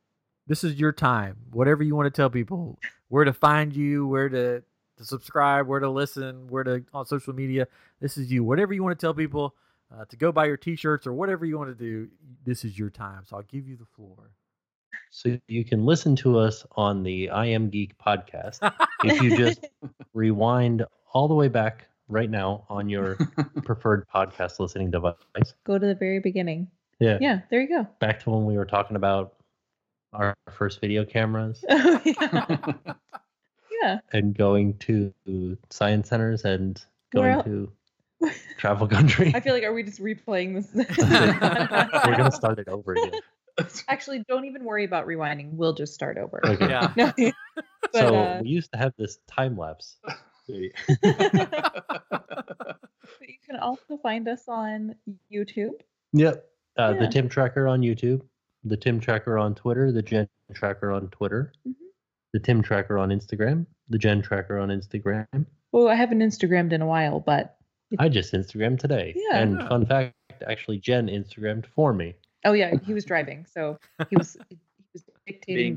Speaker 1: this is your time. Whatever you want to tell people, where to find you, where to to subscribe, where to listen, where to on social media. This is you. Whatever you want to tell people uh, to go buy your T-shirts or whatever you want to do. This is your time. So I'll give you the floor.
Speaker 3: So you can listen to us on the I Am Geek podcast if you just rewind all the way back right now on your preferred podcast listening device.
Speaker 4: go to the very beginning.
Speaker 3: Yeah.
Speaker 4: Yeah, there you go.
Speaker 3: Back to when we were talking about our first video cameras
Speaker 4: Oh, yeah. yeah.
Speaker 3: and going to science centers and going
Speaker 4: Well-
Speaker 3: to travel country.
Speaker 4: I feel like are we just replaying
Speaker 3: We're
Speaker 4: this?
Speaker 3: going to start it over again.
Speaker 4: Actually, don't even worry about rewinding. We'll just start over.
Speaker 3: Okay.
Speaker 1: Yeah.
Speaker 4: No, but,
Speaker 3: so
Speaker 4: uh,
Speaker 3: we used to have this time lapse.
Speaker 4: but you can also find us on YouTube.
Speaker 3: Yep. Uh, The
Speaker 4: Yeah.
Speaker 3: Tim Tracker on YouTube, the Tim Tracker on Twitter, the Gen Tracker on Twitter,
Speaker 4: Mhm.
Speaker 3: the Tim Tracker on Instagram, the Gen Tracker on Instagram.
Speaker 4: Well, I haven't Instagrammed in a while, but
Speaker 3: I just Instagrammed today.
Speaker 4: Yeah.
Speaker 3: And
Speaker 1: Yeah.
Speaker 3: fun fact, actually, Jen Instagrammed for me.
Speaker 4: oh yeah, he was driving, so he was he was dictating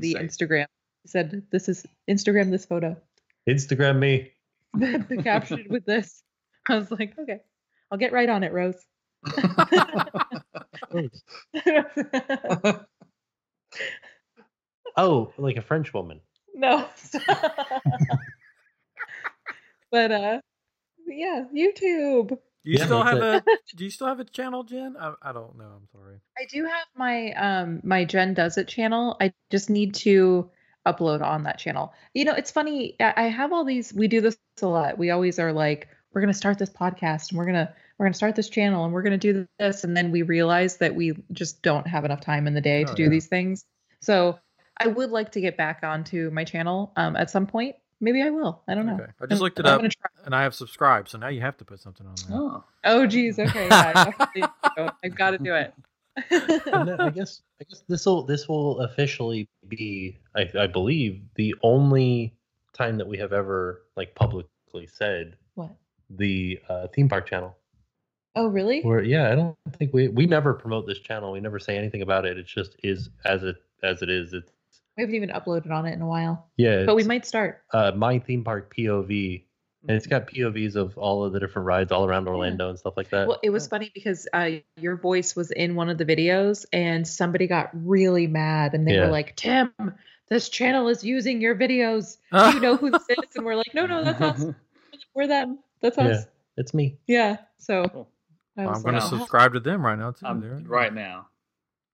Speaker 2: Being
Speaker 4: the
Speaker 2: safe.
Speaker 4: Instagram. He said, "This is Instagram this photo."
Speaker 3: Instagram me.
Speaker 4: the caption with this, I was like, "Okay, I'll get right on it, Rose."
Speaker 3: Oh, like a French woman.
Speaker 4: No. stop. but uh yeah, YouTube.
Speaker 1: Do you
Speaker 3: Yeah,
Speaker 1: still have
Speaker 3: that's
Speaker 1: a Do you still have a channel, Jen? I, I don't know. I'm sorry.
Speaker 4: I do have my um my Jen Does It channel. I just need to upload on that channel. You know, it's funny. I I have all these. We do this a lot. We always are like, we're gonna start this podcast, and we're gonna we're gonna start this channel, and we're gonna do this, and then we realize that we just don't have enough time in the day to
Speaker 1: Oh,
Speaker 4: do
Speaker 1: yeah.
Speaker 4: these things. So I would like to get back onto my channel um at some point. Maybe I will. I don't know.
Speaker 1: Okay. I just
Speaker 4: I'm-
Speaker 1: looked it
Speaker 4: I'm
Speaker 1: up.
Speaker 4: gonna try.
Speaker 1: and I have subscribed, so now you have to put something on there.
Speaker 2: oh.
Speaker 4: Oh, geez. Okay. Yeah, I definitely need to go. I've got to do it.
Speaker 3: And then I guess I guess this will this will officially be, I, I believe, the only time that we have ever like publicly said
Speaker 4: what?
Speaker 3: the uh, theme park channel.
Speaker 4: Oh, really?
Speaker 3: Or yeah, I don't think we we never promote this channel. We never say anything about it. It just is as it as it is. It's
Speaker 4: We haven't even uploaded on it in a while,
Speaker 3: yeah.
Speaker 4: but we
Speaker 3: it's,
Speaker 4: might Mm-hmm. start.
Speaker 3: uh, my theme park POV, and it's got POVs of all of the different rides all around Orlando and stuff like that.
Speaker 4: Well, it was funny because uh, your voice was in one of the videos, and somebody got really mad, and they
Speaker 3: Yeah.
Speaker 4: were like, "Tim, this channel is using your videos. Do Oh, you know who this is?" And we're like, Oh, "No, no, that's us. We're them. That's us.
Speaker 3: it's me.
Speaker 4: Yeah." So
Speaker 2: Cool.
Speaker 4: I
Speaker 1: Well,
Speaker 4: was
Speaker 1: I'm going to
Speaker 4: like, "Oh,
Speaker 1: subscribe to them right now too.
Speaker 2: I'm
Speaker 1: They're-
Speaker 2: Um, right now.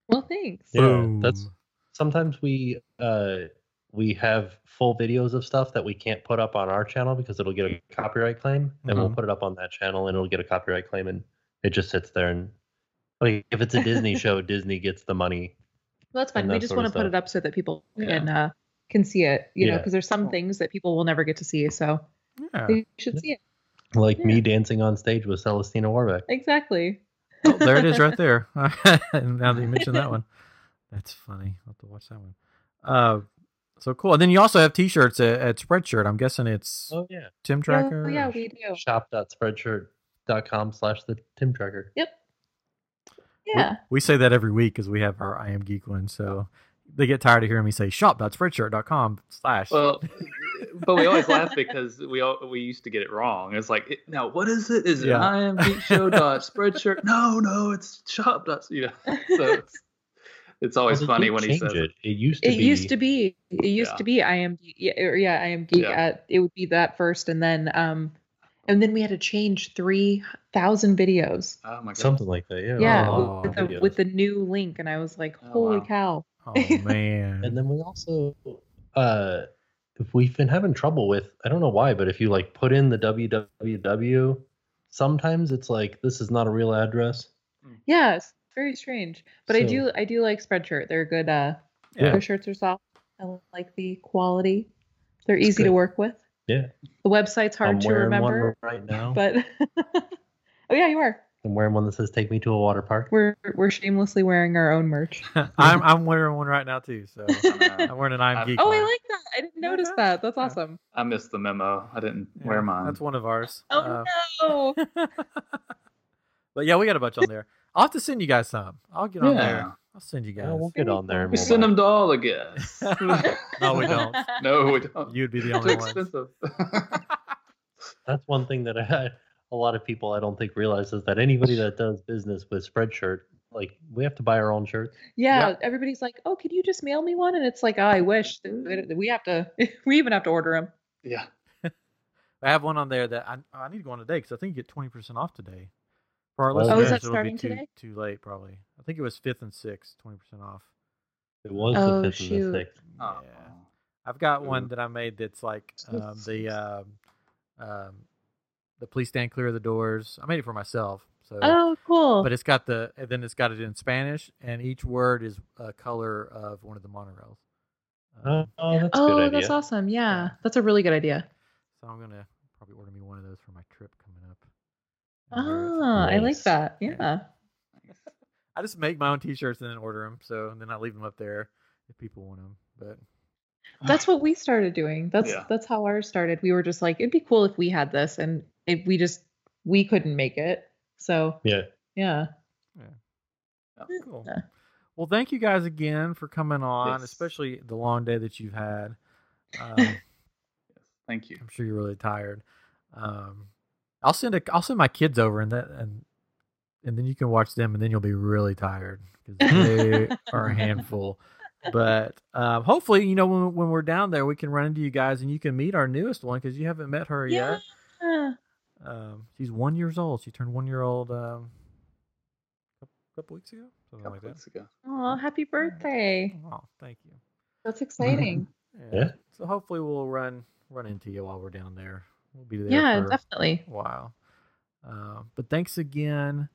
Speaker 4: Well, thanks.
Speaker 3: Yeah,
Speaker 1: Boom.
Speaker 3: that's- Sometimes we uh we have full videos of stuff that we can't put up on our channel because it'll get a copyright claim, and we'll
Speaker 1: Mhm.
Speaker 3: put it up on that channel, and it'll get a copyright claim, and it just sits there. And like, if it's a Disney show, Disney gets the money.
Speaker 4: Well, that's fine.
Speaker 3: and
Speaker 4: We
Speaker 3: that
Speaker 4: just
Speaker 3: sort
Speaker 4: want to
Speaker 3: of
Speaker 4: put
Speaker 3: stuff.
Speaker 4: it up so that people
Speaker 2: Yeah.
Speaker 4: can uh, can see it, you know, 'cause know,
Speaker 3: Yeah.
Speaker 4: because there's some
Speaker 2: Cool.
Speaker 4: things that people will never get to see. So
Speaker 1: yeah.
Speaker 4: they should see it.
Speaker 3: Like
Speaker 4: Yeah.
Speaker 3: me dancing on stage with Celestina Warbeck.
Speaker 4: Exactly.
Speaker 1: Oh, there it is right there. And now that you mentioned that one, that's funny. I'll have to watch that one. Uh, so cool. And then you also have T-shirts at, at Spreadshirt. I'm guessing it's
Speaker 3: Oh yeah.
Speaker 1: Tim Tracker.
Speaker 4: Oh, yeah,
Speaker 1: or-
Speaker 4: we do.
Speaker 3: Shop.spreadshirt.com slash the Tim Tracker.
Speaker 1: We-
Speaker 4: Yeah. Oh.
Speaker 1: We, say that every week because we have our I am geek one. So they get tired of hearing me say shop.spreadshirt.com slash.
Speaker 2: Well, but we always laugh because we all we used to get it wrong. It's like it, now what is it? Is it
Speaker 1: Yeah.
Speaker 2: imgeekshow dot spreadshirt? No, no, it's shop dot. You know, so it's, it's always
Speaker 3: Well, they
Speaker 2: funny
Speaker 3: did
Speaker 2: when he
Speaker 3: change
Speaker 2: says
Speaker 3: it. It used to
Speaker 4: It
Speaker 3: be.
Speaker 4: used to be. It used
Speaker 2: Yeah.
Speaker 4: to be. I am. Geek- Yeah, or yeah. I am geek.
Speaker 2: Yeah.
Speaker 4: At it would be that first, and then um, and then we had to change three thousand videos.
Speaker 2: Oh my god!
Speaker 3: Something like that, yeah.
Speaker 4: Yeah,
Speaker 1: Oh,
Speaker 4: with the
Speaker 3: videos.
Speaker 4: with the new link, and I was like,
Speaker 2: Oh,
Speaker 4: holy
Speaker 2: wow.
Speaker 4: cow.
Speaker 1: oh man.
Speaker 3: and then we also, uh, if we've been having trouble with, I don't know why, but if you like put in the www, sometimes it's like this is not a real address.
Speaker 4: Yeah, it's very strange. But I
Speaker 3: So-
Speaker 4: do I do like Spreadshirt. They're good. Uh,
Speaker 1: Yeah.
Speaker 4: their shirts are soft. I like the quality. They're easy to
Speaker 3: good.
Speaker 4: work with.
Speaker 3: Yeah,
Speaker 4: The website's hard
Speaker 3: I'm
Speaker 4: to
Speaker 3: wearing
Speaker 4: remember,
Speaker 3: one right now.
Speaker 4: but oh yeah, you are.
Speaker 3: I'm wearing one that says "Take me to a water park."
Speaker 4: We're we're shamelessly wearing our own merch.
Speaker 1: I'm I'm wearing one right now too. So
Speaker 2: I, know.
Speaker 1: I'm wearing an I am
Speaker 2: I've-
Speaker 1: geek.
Speaker 4: Oh, I
Speaker 1: one.
Speaker 4: like that. I didn't
Speaker 1: Yeah,
Speaker 4: notice
Speaker 1: that's-
Speaker 4: that. That's
Speaker 1: yeah.
Speaker 4: awesome.
Speaker 2: I missed the memo. I didn't
Speaker 1: Yeah,
Speaker 2: wear mine.
Speaker 1: That's one of ours.
Speaker 4: Oh
Speaker 1: Uh,
Speaker 4: no.
Speaker 1: but yeah, we got a bunch on there. I'll have to send you guys some. I'll get on
Speaker 2: Yeah.
Speaker 1: there. I'll send you guys.
Speaker 3: Yeah, we'll get on there. and
Speaker 2: We
Speaker 3: we'll
Speaker 2: send
Speaker 3: watch.
Speaker 2: them to all the guests.
Speaker 1: No, we don't.
Speaker 2: no, we don't.
Speaker 1: You'd be the
Speaker 2: Too
Speaker 1: only one.
Speaker 2: expensive.
Speaker 3: That's one thing that I, a lot of people I don't think realizes that anybody that does business with Spreadshirt, like we have to buy our own shirts.
Speaker 4: Yeah, everybody's like, "Oh, can you just mail me one?" And it's like, oh, "I wish that we- we have to. We even have to order them."
Speaker 2: yeah.
Speaker 1: I have one on there that I, I need to go on today because I think you get twenty percent off today. For our
Speaker 3: Oh, is
Speaker 1: listeners,
Speaker 3: that
Speaker 1: it'll
Speaker 4: starting
Speaker 1: be too,
Speaker 4: today?
Speaker 1: too late probably. I think it was fifth and sixth, twenty percent off.
Speaker 3: It was
Speaker 4: Oh,
Speaker 3: the fifth
Speaker 4: shoot.
Speaker 3: and the sixth.
Speaker 2: Oh.
Speaker 1: Yeah. I've got one
Speaker 2: Ooh.
Speaker 1: that I made that's like um, the um, um, the please stand clear of the doors. I made it for myself. So
Speaker 4: Oh, cool.
Speaker 1: but it's got the and then it's got it in Spanish, and each word is a color of one of the monorails.
Speaker 3: Oh,
Speaker 1: Um,
Speaker 3: that's a
Speaker 4: oh,
Speaker 3: good
Speaker 4: that's
Speaker 3: idea.
Speaker 4: awesome. Yeah,
Speaker 1: Yeah.
Speaker 4: that's a really good idea.
Speaker 1: so I'm gonna probably order me one of those for my trip coming up. And wear it.
Speaker 4: Oh, I like
Speaker 3: Nice.
Speaker 4: that.
Speaker 1: Yeah.
Speaker 4: yeah.
Speaker 1: I just make my own T-shirts and then order them. So and then I leave them up there if people want them. But
Speaker 4: That's what we started doing. That's
Speaker 2: Yeah.
Speaker 4: that's how ours started. We were just like, it'd be cool if we had this, and if we just we couldn't make it. So
Speaker 3: Yeah.
Speaker 4: yeah,
Speaker 1: cool.
Speaker 4: Yeah.
Speaker 1: Well, thank you guys again for coming on,
Speaker 2: Yes.
Speaker 1: especially the long day that you've had. Um,
Speaker 2: Thank you.
Speaker 1: I'm sure you're really tired. Um, I'll send a, I'll send my kids over and that and and then you can watch them and then you'll be really tired because they are a handful. But um, hopefully, you know, when, when we're down there, we can run into you guys and you can meet our newest one because you haven't met her
Speaker 4: Yeah.
Speaker 1: yet.
Speaker 4: Ah,
Speaker 1: Um, she's one years old. She turned one year old um, a couple weeks ago,
Speaker 2: A
Speaker 1: something
Speaker 2: couple
Speaker 1: like that.
Speaker 2: weeks ago.
Speaker 4: Oh, happy birthday!
Speaker 1: Oh, thank you.
Speaker 4: That's exciting.
Speaker 3: Yeah.
Speaker 1: So hopefully we'll run run into you while we're down there. We'll be there.
Speaker 4: yeah,
Speaker 1: for-
Speaker 4: definitely.
Speaker 1: Wow. Uh, but thanks again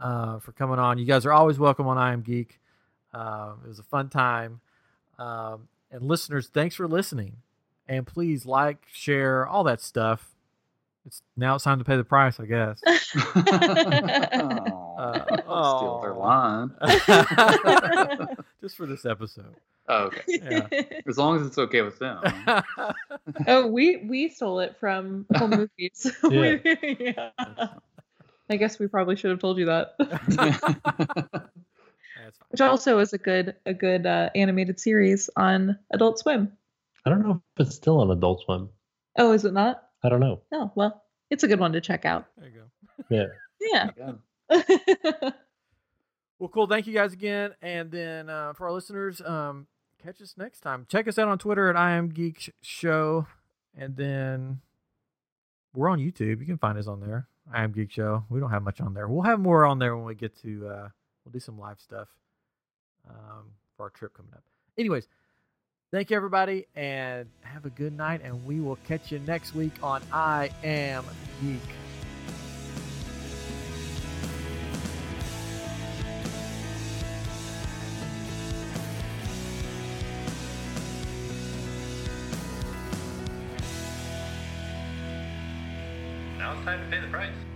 Speaker 1: uh, for coming on. You guys are always welcome on I Am Geek. Um, it was a fun time. Um, and listeners, thanks for listening. And please like, share, all that stuff. It's now it's time to pay the price, I guess.
Speaker 2: Aw, Steal their
Speaker 1: Uh, aw.
Speaker 2: line.
Speaker 1: Just for this episode.
Speaker 2: Oh, okay.
Speaker 1: Yeah.
Speaker 2: As long as it's okay with them.
Speaker 4: oh, we we stole it from home movies. We- yeah. I guess we probably should have told you that.
Speaker 1: That's
Speaker 4: Which also is a good a good uh, animated series on Adult Swim.
Speaker 3: I don't know if it's still on Adult Swim.
Speaker 4: Oh, is it not?
Speaker 3: I don't know.
Speaker 4: Oh, well, it's a good one to check out.
Speaker 1: There you go.
Speaker 4: Yeah.
Speaker 2: Yeah.
Speaker 1: Well, cool. Thank you guys again. And then uh, for our listeners, um, catch us next time. Check us out on Twitter at I am Geek Sh- Show. And then we're on YouTube. You can find us on there. I am Geek Show. We don't have much on there. We'll have more on there when we get to, uh, we'll do some live stuff um, for our trip coming up. Anyways, thank you everybody and have a good night. And we will catch you next week on I Am Geek.
Speaker 5: Now it's time to pay the price.